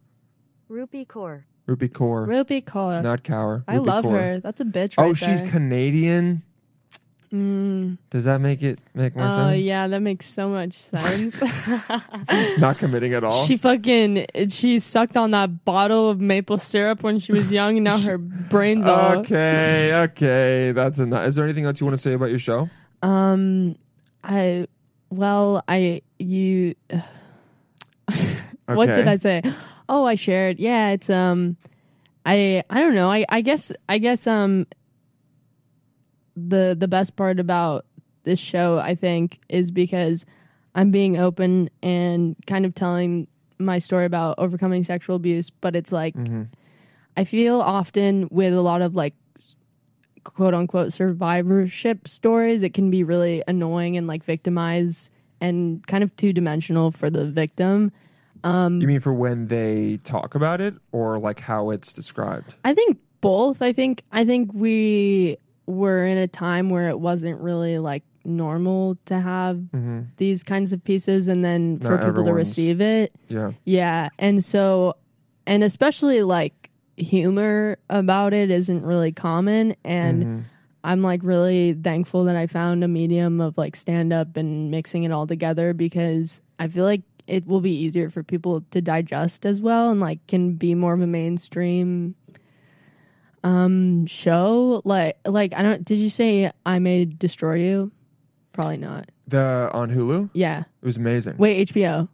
Speaker 8: Rupee Core.
Speaker 3: Ruby Kaur,
Speaker 4: Ruby Kaur.
Speaker 3: not Cower.
Speaker 4: I love her. That's a bitch right
Speaker 3: oh, she's
Speaker 4: there.
Speaker 3: Canadian. Does that make it make more
Speaker 4: Oh
Speaker 3: sense?
Speaker 4: yeah, that makes
Speaker 3: [laughs]
Speaker 4: so much sense.
Speaker 3: Not committing at all.
Speaker 4: she fucking she sucked on that bottle of maple syrup when she was young, and now her brains
Speaker 3: [laughs]
Speaker 4: all.
Speaker 3: okay, okay. That's enough. Is there anything else you want to say about your show?
Speaker 4: I well, I you. [sighs] What
Speaker 3: Okay.
Speaker 4: did I say? Oh, I shared. Yeah, it's um, I I don't know. I I guess I guess um. The the best part about this show, I think, is because I'm being open and kind of telling my story about overcoming sexual abuse, but it's like I feel often with a lot of like quote unquote survivorship stories, it can be really annoying and like victimize and kind of two dimensional for the victim. Mm.
Speaker 3: You mean for when they talk about it or like how it's described?
Speaker 4: I think both. I think I think we were in a time where it wasn't really like normal to have these kinds of pieces and then
Speaker 3: Mm-hmm.
Speaker 4: for
Speaker 3: Not
Speaker 4: people to
Speaker 3: everyone's-
Speaker 4: receive it.
Speaker 3: Yeah.
Speaker 4: Yeah. And so, and especially like humor about it isn't really common. And I'm like really thankful that I found a medium of like stand up and mixing it all together because I feel like it will be easier for people to digest as well and like can be more of a mainstream um show like like i don't did you say i may destroy you probably not
Speaker 3: The on Hulu?
Speaker 4: yeah
Speaker 3: It was amazing.
Speaker 4: wait hbo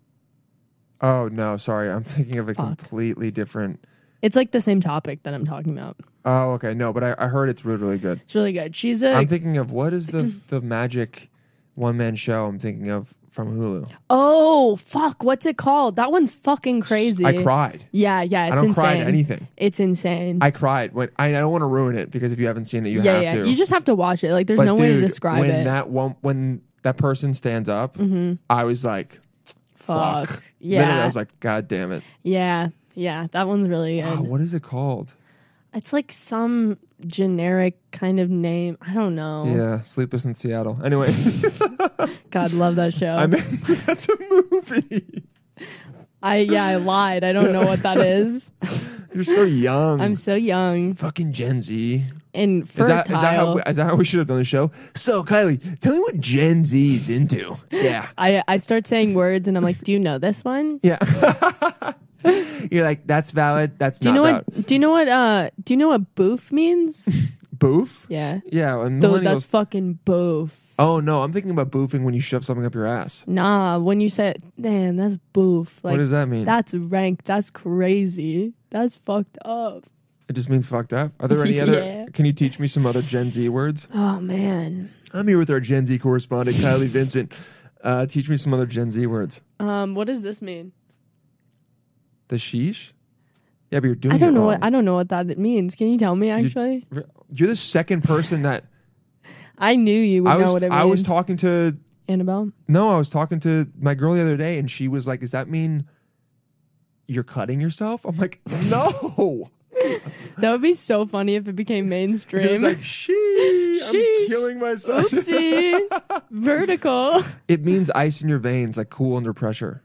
Speaker 3: Oh no, sorry. I'm thinking of a
Speaker 4: Fuck.
Speaker 3: completely different
Speaker 4: it's like the same topic that i'm talking about
Speaker 3: Oh, okay. No, but I, I heard it's really, really good.
Speaker 4: It's really good. She's a
Speaker 3: I'm thinking of what is
Speaker 4: [clears throat]
Speaker 3: the the magic one man show I'm thinking of from Hulu.
Speaker 4: oh fuck, what's it called? That one's fucking crazy.
Speaker 3: I cried.
Speaker 4: Yeah, yeah, it's
Speaker 3: I don't
Speaker 4: insane.
Speaker 3: cry at anything.
Speaker 4: It's insane.
Speaker 3: I cried. When, I, I don't want to ruin it because if you haven't seen it, you
Speaker 4: yeah,
Speaker 3: have
Speaker 4: yeah.
Speaker 3: to.
Speaker 4: You just have to watch it. Like, there's
Speaker 3: But
Speaker 4: no way to
Speaker 3: dude,
Speaker 4: describe
Speaker 3: when
Speaker 4: it.
Speaker 3: that one when that person stands up, I was like,
Speaker 4: fuck.
Speaker 3: "Fuck!"
Speaker 4: Yeah.
Speaker 3: Minute, I was like, "God damn it!"
Speaker 4: yeah, yeah. That one's really good.
Speaker 3: Oh, what is it called?
Speaker 4: It's like some generic kind of name. I don't know.
Speaker 3: Yeah, Sleepless in Seattle. Anyway,
Speaker 4: [laughs] God, love that
Speaker 3: [laughs]
Speaker 4: show.
Speaker 3: I
Speaker 4: i
Speaker 3: mean, that's a movie.
Speaker 4: yeah, I
Speaker 3: [laughs]
Speaker 4: lied. I don't know what that is.
Speaker 3: You're so young.
Speaker 4: I'm so young.
Speaker 3: fucking Gen Z.
Speaker 4: and
Speaker 3: Is
Speaker 4: fertile.
Speaker 3: that, is, that how, is that how we should have done the show? So, Kylie, tell me what Gen Z's
Speaker 4: [laughs]
Speaker 3: into. Yeah.
Speaker 4: I I start saying words and I'm like, do you know this one?
Speaker 3: Yeah. You're like, that's valid. That's
Speaker 4: Do you
Speaker 3: not
Speaker 4: know
Speaker 3: valid.
Speaker 4: what? Do you know what? Uh, do you know what booth means?
Speaker 3: [laughs] Boof?
Speaker 4: Yeah.
Speaker 3: Yeah. And
Speaker 4: Though
Speaker 3: millennials.
Speaker 4: that's fucking boof.
Speaker 3: oh, no. I'm thinking about boofing when you shove something up your ass.
Speaker 4: Nah, when you say, man, that's boof. Like,
Speaker 3: does that mean?
Speaker 4: That's rank. That's crazy. That's fucked up.
Speaker 3: It just means fucked up. Are
Speaker 4: [laughs]
Speaker 3: there any
Speaker 4: Yeah.
Speaker 3: other? Can you teach me some other Gen Z words?
Speaker 4: Oh man.
Speaker 3: I'm here with our Gen Z correspondent, Kylie Vincent. Uh, teach me some other Gen Z words.
Speaker 4: Um, what does this mean?
Speaker 3: The sheesh? Yeah, but you're doing
Speaker 4: I don't
Speaker 3: it
Speaker 4: know
Speaker 3: wrong.
Speaker 4: what I don't know what that means. Can you tell me
Speaker 3: Um, You-
Speaker 4: actually?
Speaker 3: You're the second person
Speaker 4: [laughs]
Speaker 3: that
Speaker 4: I knew you would
Speaker 3: I
Speaker 4: know
Speaker 3: was.
Speaker 4: what it means.
Speaker 3: I was talking to.
Speaker 4: Annabelle.
Speaker 3: No, I was talking to my girl the other day, and she was like, "Does that mean you're cutting yourself?" I'm like, "No." [laughs]
Speaker 4: That would be so funny if it became mainstream.
Speaker 3: It was [laughs] like, "She,
Speaker 4: Sheesh.
Speaker 3: I'm killing
Speaker 4: [laughs]
Speaker 3: myself." [laughs]
Speaker 4: Oopsie. Vertical.
Speaker 3: It means ice in your veins, like cool under pressure,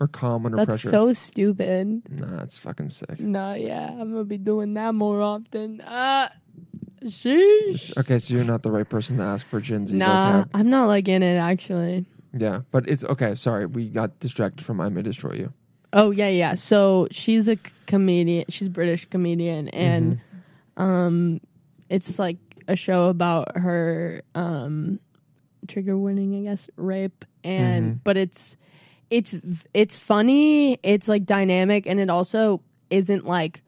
Speaker 3: or calm under
Speaker 4: That's
Speaker 3: pressure.
Speaker 4: so stupid.
Speaker 3: nah, it's fucking sick.
Speaker 4: No, yeah, I'm gonna be doing that more often. Uh sheesh.
Speaker 3: Okay, so you're not the right person to ask for Gen Z.
Speaker 4: Nah,
Speaker 3: vocab.
Speaker 4: I'm not like in it actually.
Speaker 3: Yeah, but it's okay. Sorry, we got distracted from "I'm gonna destroy you."
Speaker 4: Oh yeah, yeah. So she's a c- comedian. She's a British comedian, and um, it's like a show about her um, trigger warning, I guess, rape, and but it's it's v- it's funny. It's like dynamic, and it also isn't like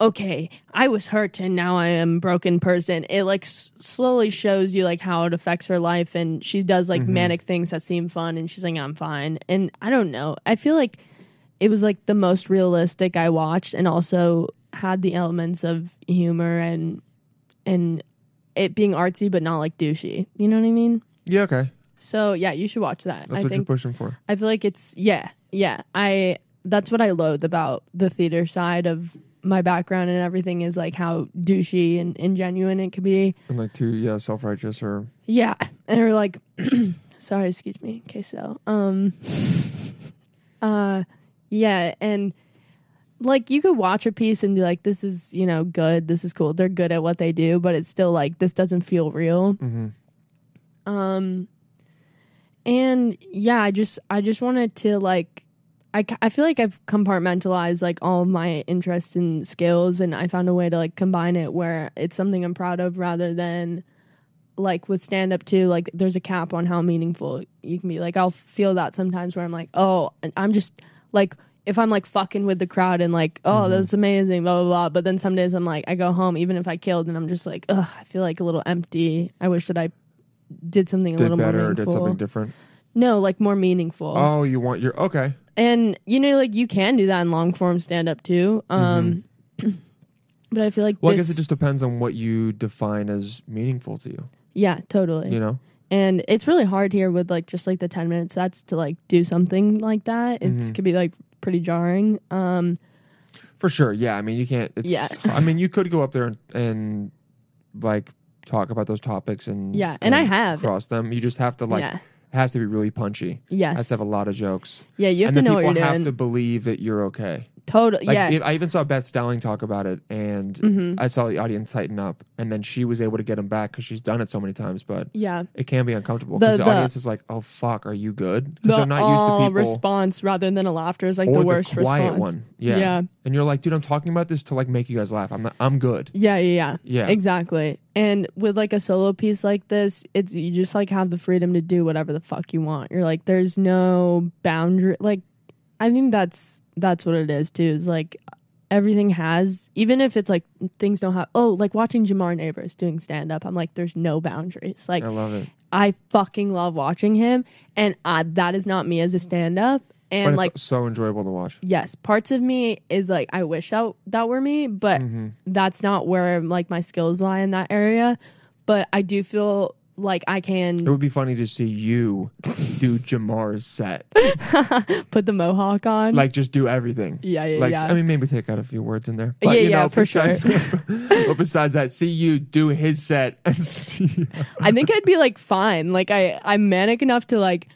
Speaker 4: okay, I was hurt and now I am a broken person. It like s- slowly shows you like how it affects her life and she does like manic things that seem fun and she's like I'm fine. And I don't know. I feel like it was like the most realistic I watched and also had the elements of humor and and it being artsy but not like douchey. You know what I mean?
Speaker 3: Yeah, okay,
Speaker 4: So yeah, you should watch that.
Speaker 3: that's
Speaker 4: I
Speaker 3: what you're
Speaker 4: think
Speaker 3: pushing for.
Speaker 4: I feel like it's yeah, yeah. I that's what I loathe about the theater side of my background and everything is like how douchey and, and genuine it could be.
Speaker 3: And like too, yeah, self-righteous or
Speaker 4: Yeah. And we're like [clears throat] sorry, excuse me. Okay, so um [laughs] uh yeah, and like you could watch a piece and be like, this is, you know, good, this is cool. They're good at what they do, but it's still like this doesn't feel real. and yeah i just i just wanted to like I, ca- I feel like i've compartmentalized like all my interests and skills and i found a way to like combine it where it's something i'm proud of rather than like with stand up too like there's a cap on how meaningful you can be like i'll feel that sometimes where i'm like oh and i'm just like if i'm like fucking with the crowd and like oh
Speaker 3: Mm-hmm.
Speaker 4: that's amazing blah blah blah but then some days i'm like i go home even if i killed and i'm just like ugh i feel like a little empty i wish that i did something a
Speaker 3: did
Speaker 4: little more
Speaker 3: better or
Speaker 4: meaningful.
Speaker 3: did something different.
Speaker 4: No, like more meaningful.
Speaker 3: Oh, you want your okay?
Speaker 4: and you know, like you can do that in long form stand up too. Um [clears throat] but I feel like
Speaker 3: Mm-hmm. Well, I
Speaker 4: this,
Speaker 3: guess it just depends on what you define as meaningful to you.
Speaker 4: Yeah, totally.
Speaker 3: You know,
Speaker 4: And it's really hard here with like just like the ten minutes that's to like do something like that. It
Speaker 3: Mm-hmm.
Speaker 4: could be like pretty jarring. Um
Speaker 3: for sure. Yeah, I mean, you can't. It's,
Speaker 4: Yeah.
Speaker 3: [laughs] I mean, you could go up there and, and like talk about those topics and
Speaker 4: Yeah, and I have.
Speaker 3: cross them. You just have to like.
Speaker 4: Yeah.
Speaker 3: It has to be really punchy.
Speaker 4: Yes.
Speaker 3: has to have a lot of jokes.
Speaker 4: Yeah, you have
Speaker 3: and
Speaker 4: to
Speaker 3: the
Speaker 4: know what
Speaker 3: people
Speaker 4: you're
Speaker 3: have
Speaker 4: doing.
Speaker 3: to believe that you're okay.
Speaker 4: totally
Speaker 3: Like
Speaker 4: yeah. Mm-hmm.
Speaker 3: if- I even saw Beth Dowling talk about it, and I saw the audience tighten up, and then she was able to get him back because she's done it so many times. But
Speaker 4: yeah.
Speaker 3: it can be uncomfortable
Speaker 4: The-
Speaker 3: because the,
Speaker 4: the-
Speaker 3: audience is like, "Oh fuck, are you good?" Because they're not used to
Speaker 4: all
Speaker 3: people
Speaker 4: response rather than a laughter is like
Speaker 3: or
Speaker 4: the worst
Speaker 3: quiet
Speaker 4: response.
Speaker 3: one. Yeah.
Speaker 4: Yeah.
Speaker 3: and you're like, "Dude, I'm talking about this to like make you guys laugh. I'm not, I'm good."
Speaker 4: Yeah, yeah, yeah.
Speaker 3: Yeah.
Speaker 4: Exactly. And with like a solo piece like this, it's you just like have the freedom to do whatever the fuck you want. You're like there's no boundary like I think that's that's what it is too. Is like everything has even if it's like things don't have oh, like watching Jamar Neighbors doing stand up, I'm like there's no boundaries. Like
Speaker 3: I love it.
Speaker 4: I fucking love watching him and I, that is not me as a stand up.
Speaker 3: But
Speaker 4: And
Speaker 3: it's
Speaker 4: like
Speaker 3: so enjoyable to watch.
Speaker 4: yes, parts of me is like I wish that that were me, but
Speaker 3: Mm-hmm.
Speaker 4: that's not where like my skills lie in that area. But I do feel like I
Speaker 3: It
Speaker 4: can
Speaker 3: would be funny to see you do Jamar's
Speaker 4: [laughs]
Speaker 3: set,
Speaker 4: put the mohawk on.
Speaker 3: like just do everything.
Speaker 4: Yeah, yeah,
Speaker 3: like,
Speaker 4: yeah.
Speaker 3: I mean, maybe take out a few words in there.
Speaker 4: Yeah, yeah, for
Speaker 3: besides, but besides that, [laughs] see you do his set and see.
Speaker 4: [laughs] I think I'd be like fine. Like I I'm manic enough to like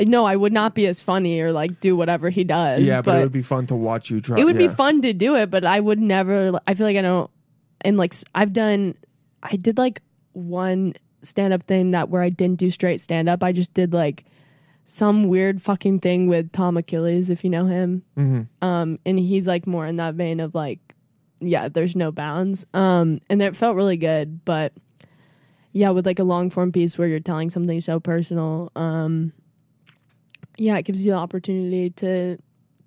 Speaker 4: no, I would not be as funny or like do whatever he does.
Speaker 3: Yeah, but, it would be fun to watch you try.
Speaker 4: it would
Speaker 3: yeah.
Speaker 4: be fun to do it, but I would never. I feel like I don't. And like s- I've done, I did like one stand up thing that where I didn't do straight stand up. I just did like some weird fucking thing with Tom Achilles, if you know him. Um, and he's like more in that vein of like, yeah, there's no bounds. Um, and it felt really good, but yeah, with like a long form piece where you're telling something so personal, um, yeah, it gives you the opportunity to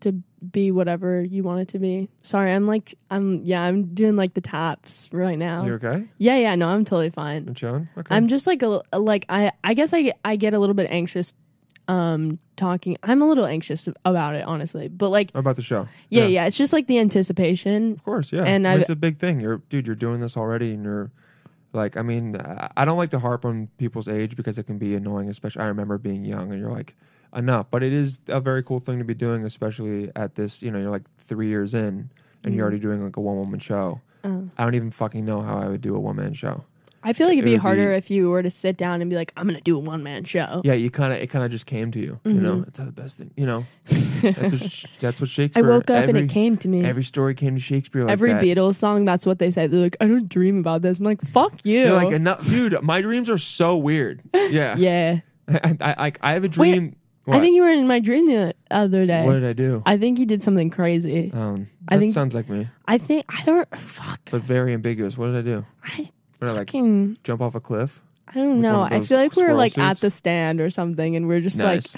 Speaker 4: to be whatever you want it to be. Sorry, I'm like I'm yeah, I'm doing like the taps right now.
Speaker 3: You okay?
Speaker 4: Yeah, yeah, no, I'm totally fine.
Speaker 3: I'm chilling. Okay.
Speaker 4: I'm just like a l- like I I guess I I get a little bit anxious um talking. I'm a little anxious about it honestly. But like
Speaker 3: about the show.
Speaker 4: yeah, yeah, it's just like the anticipation.
Speaker 3: Of course, yeah.
Speaker 4: And
Speaker 3: I mean,
Speaker 4: I've-
Speaker 3: it's a big thing. You're, dude, you're doing this already, and you're like, I mean, I I don't like to harp on people's age because it can be annoying. Especially, I remember being young, and you're like, enough. But it is a very cool thing to be doing, especially at this. You know, you're like three years in, and you're already
Speaker 4: Mm.
Speaker 3: doing like a one woman show.
Speaker 4: Oh.
Speaker 3: I don't even fucking know how I would do a one man show.
Speaker 4: I feel like it'd
Speaker 3: It
Speaker 4: be
Speaker 3: would
Speaker 4: harder
Speaker 3: be-
Speaker 4: if you were to sit down and be like I'm going to do a one man show.
Speaker 3: Yeah, you kind of it kind of just came to you. You know, that's the best thing. You
Speaker 4: [laughs]
Speaker 3: know, that's, what that's what
Speaker 4: Mm-hmm. I
Speaker 3: Shakespeare.
Speaker 4: woke up and
Speaker 3: every-
Speaker 4: it came to me. Every,
Speaker 3: Every story came to Shakespeare. Like that.
Speaker 4: Beatles song, that's what they say. They're like, I don't dream about this. I'm like, fuck you.
Speaker 3: You're like enough, dude. My dreams are so weird. Yeah,
Speaker 4: [laughs] yeah.
Speaker 3: [laughs] I, I, I- I have a dream. what?
Speaker 4: I think you were in my dream the other day.
Speaker 3: what did I do?
Speaker 4: I think you did something crazy.
Speaker 3: um, that
Speaker 4: I think-
Speaker 3: sounds like me,
Speaker 4: I think I don't fuck.
Speaker 3: but very ambiguous. What did I do?
Speaker 4: I
Speaker 3: What did I like?
Speaker 4: fucking
Speaker 3: Jump off a cliff?
Speaker 4: I don't know.
Speaker 3: one of
Speaker 4: I
Speaker 3: those
Speaker 4: feel like we're
Speaker 3: squirrel
Speaker 4: like at
Speaker 3: suits?
Speaker 4: the stand or something, and we're just
Speaker 3: Nice.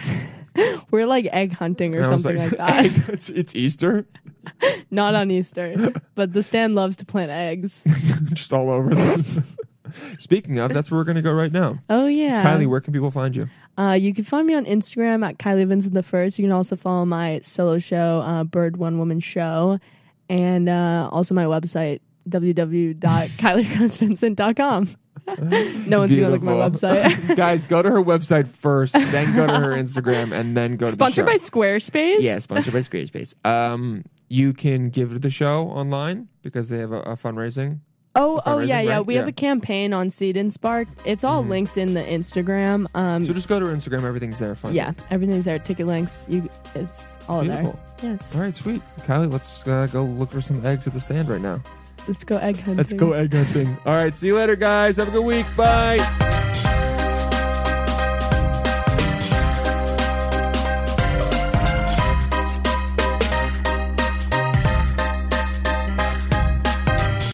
Speaker 4: like we're like egg hunting [laughs] or
Speaker 3: And I was
Speaker 4: something like,
Speaker 3: [laughs]
Speaker 4: that.
Speaker 3: it's, it's Easter, [laughs]
Speaker 4: Not on Easter, but the stand loves to
Speaker 3: [laughs]
Speaker 4: plant eggs.
Speaker 3: just all over. The- [laughs] Speaking of, that's where we're gonna go right now.
Speaker 4: Oh yeah,
Speaker 3: Kylie, where can people find you?
Speaker 4: Uh, you can find me on Instagram at Kylie Vincent the First. You can also follow my solo show, uh, Bird One Woman Show, and uh, also my website www.kylierosevincent.com. no one's gonna look at my
Speaker 3: [laughs]
Speaker 4: website.
Speaker 3: Guys, go to her website first, then go to
Speaker 4: [laughs]
Speaker 3: her Instagram, and then go to
Speaker 4: Sponsored
Speaker 3: the
Speaker 4: by
Speaker 3: show.
Speaker 4: Squarespace.
Speaker 3: Yeah, sponsored by Squarespace. Um, you can give the show online because they have a, a fundraising.
Speaker 4: Oh,
Speaker 3: The
Speaker 4: oh yeah,
Speaker 3: fundraising,
Speaker 4: yeah.
Speaker 3: right?
Speaker 4: We have
Speaker 3: Yeah. Mm-hmm.
Speaker 4: a campaign on Seed and Spark. It's all linked in the Instagram. Um,
Speaker 3: So just go to her Instagram. Everything's there. Fun.
Speaker 4: yeah, everything's there. Ticket links. You, it's all
Speaker 3: Beautiful.
Speaker 4: there. Yes.
Speaker 3: All right, sweet. Kylie, let's uh, go look for some eggs at the stand right now.
Speaker 4: Let's go egg hunting.
Speaker 3: egg hunting. All right, see you later, guys. Have a good week. Bye.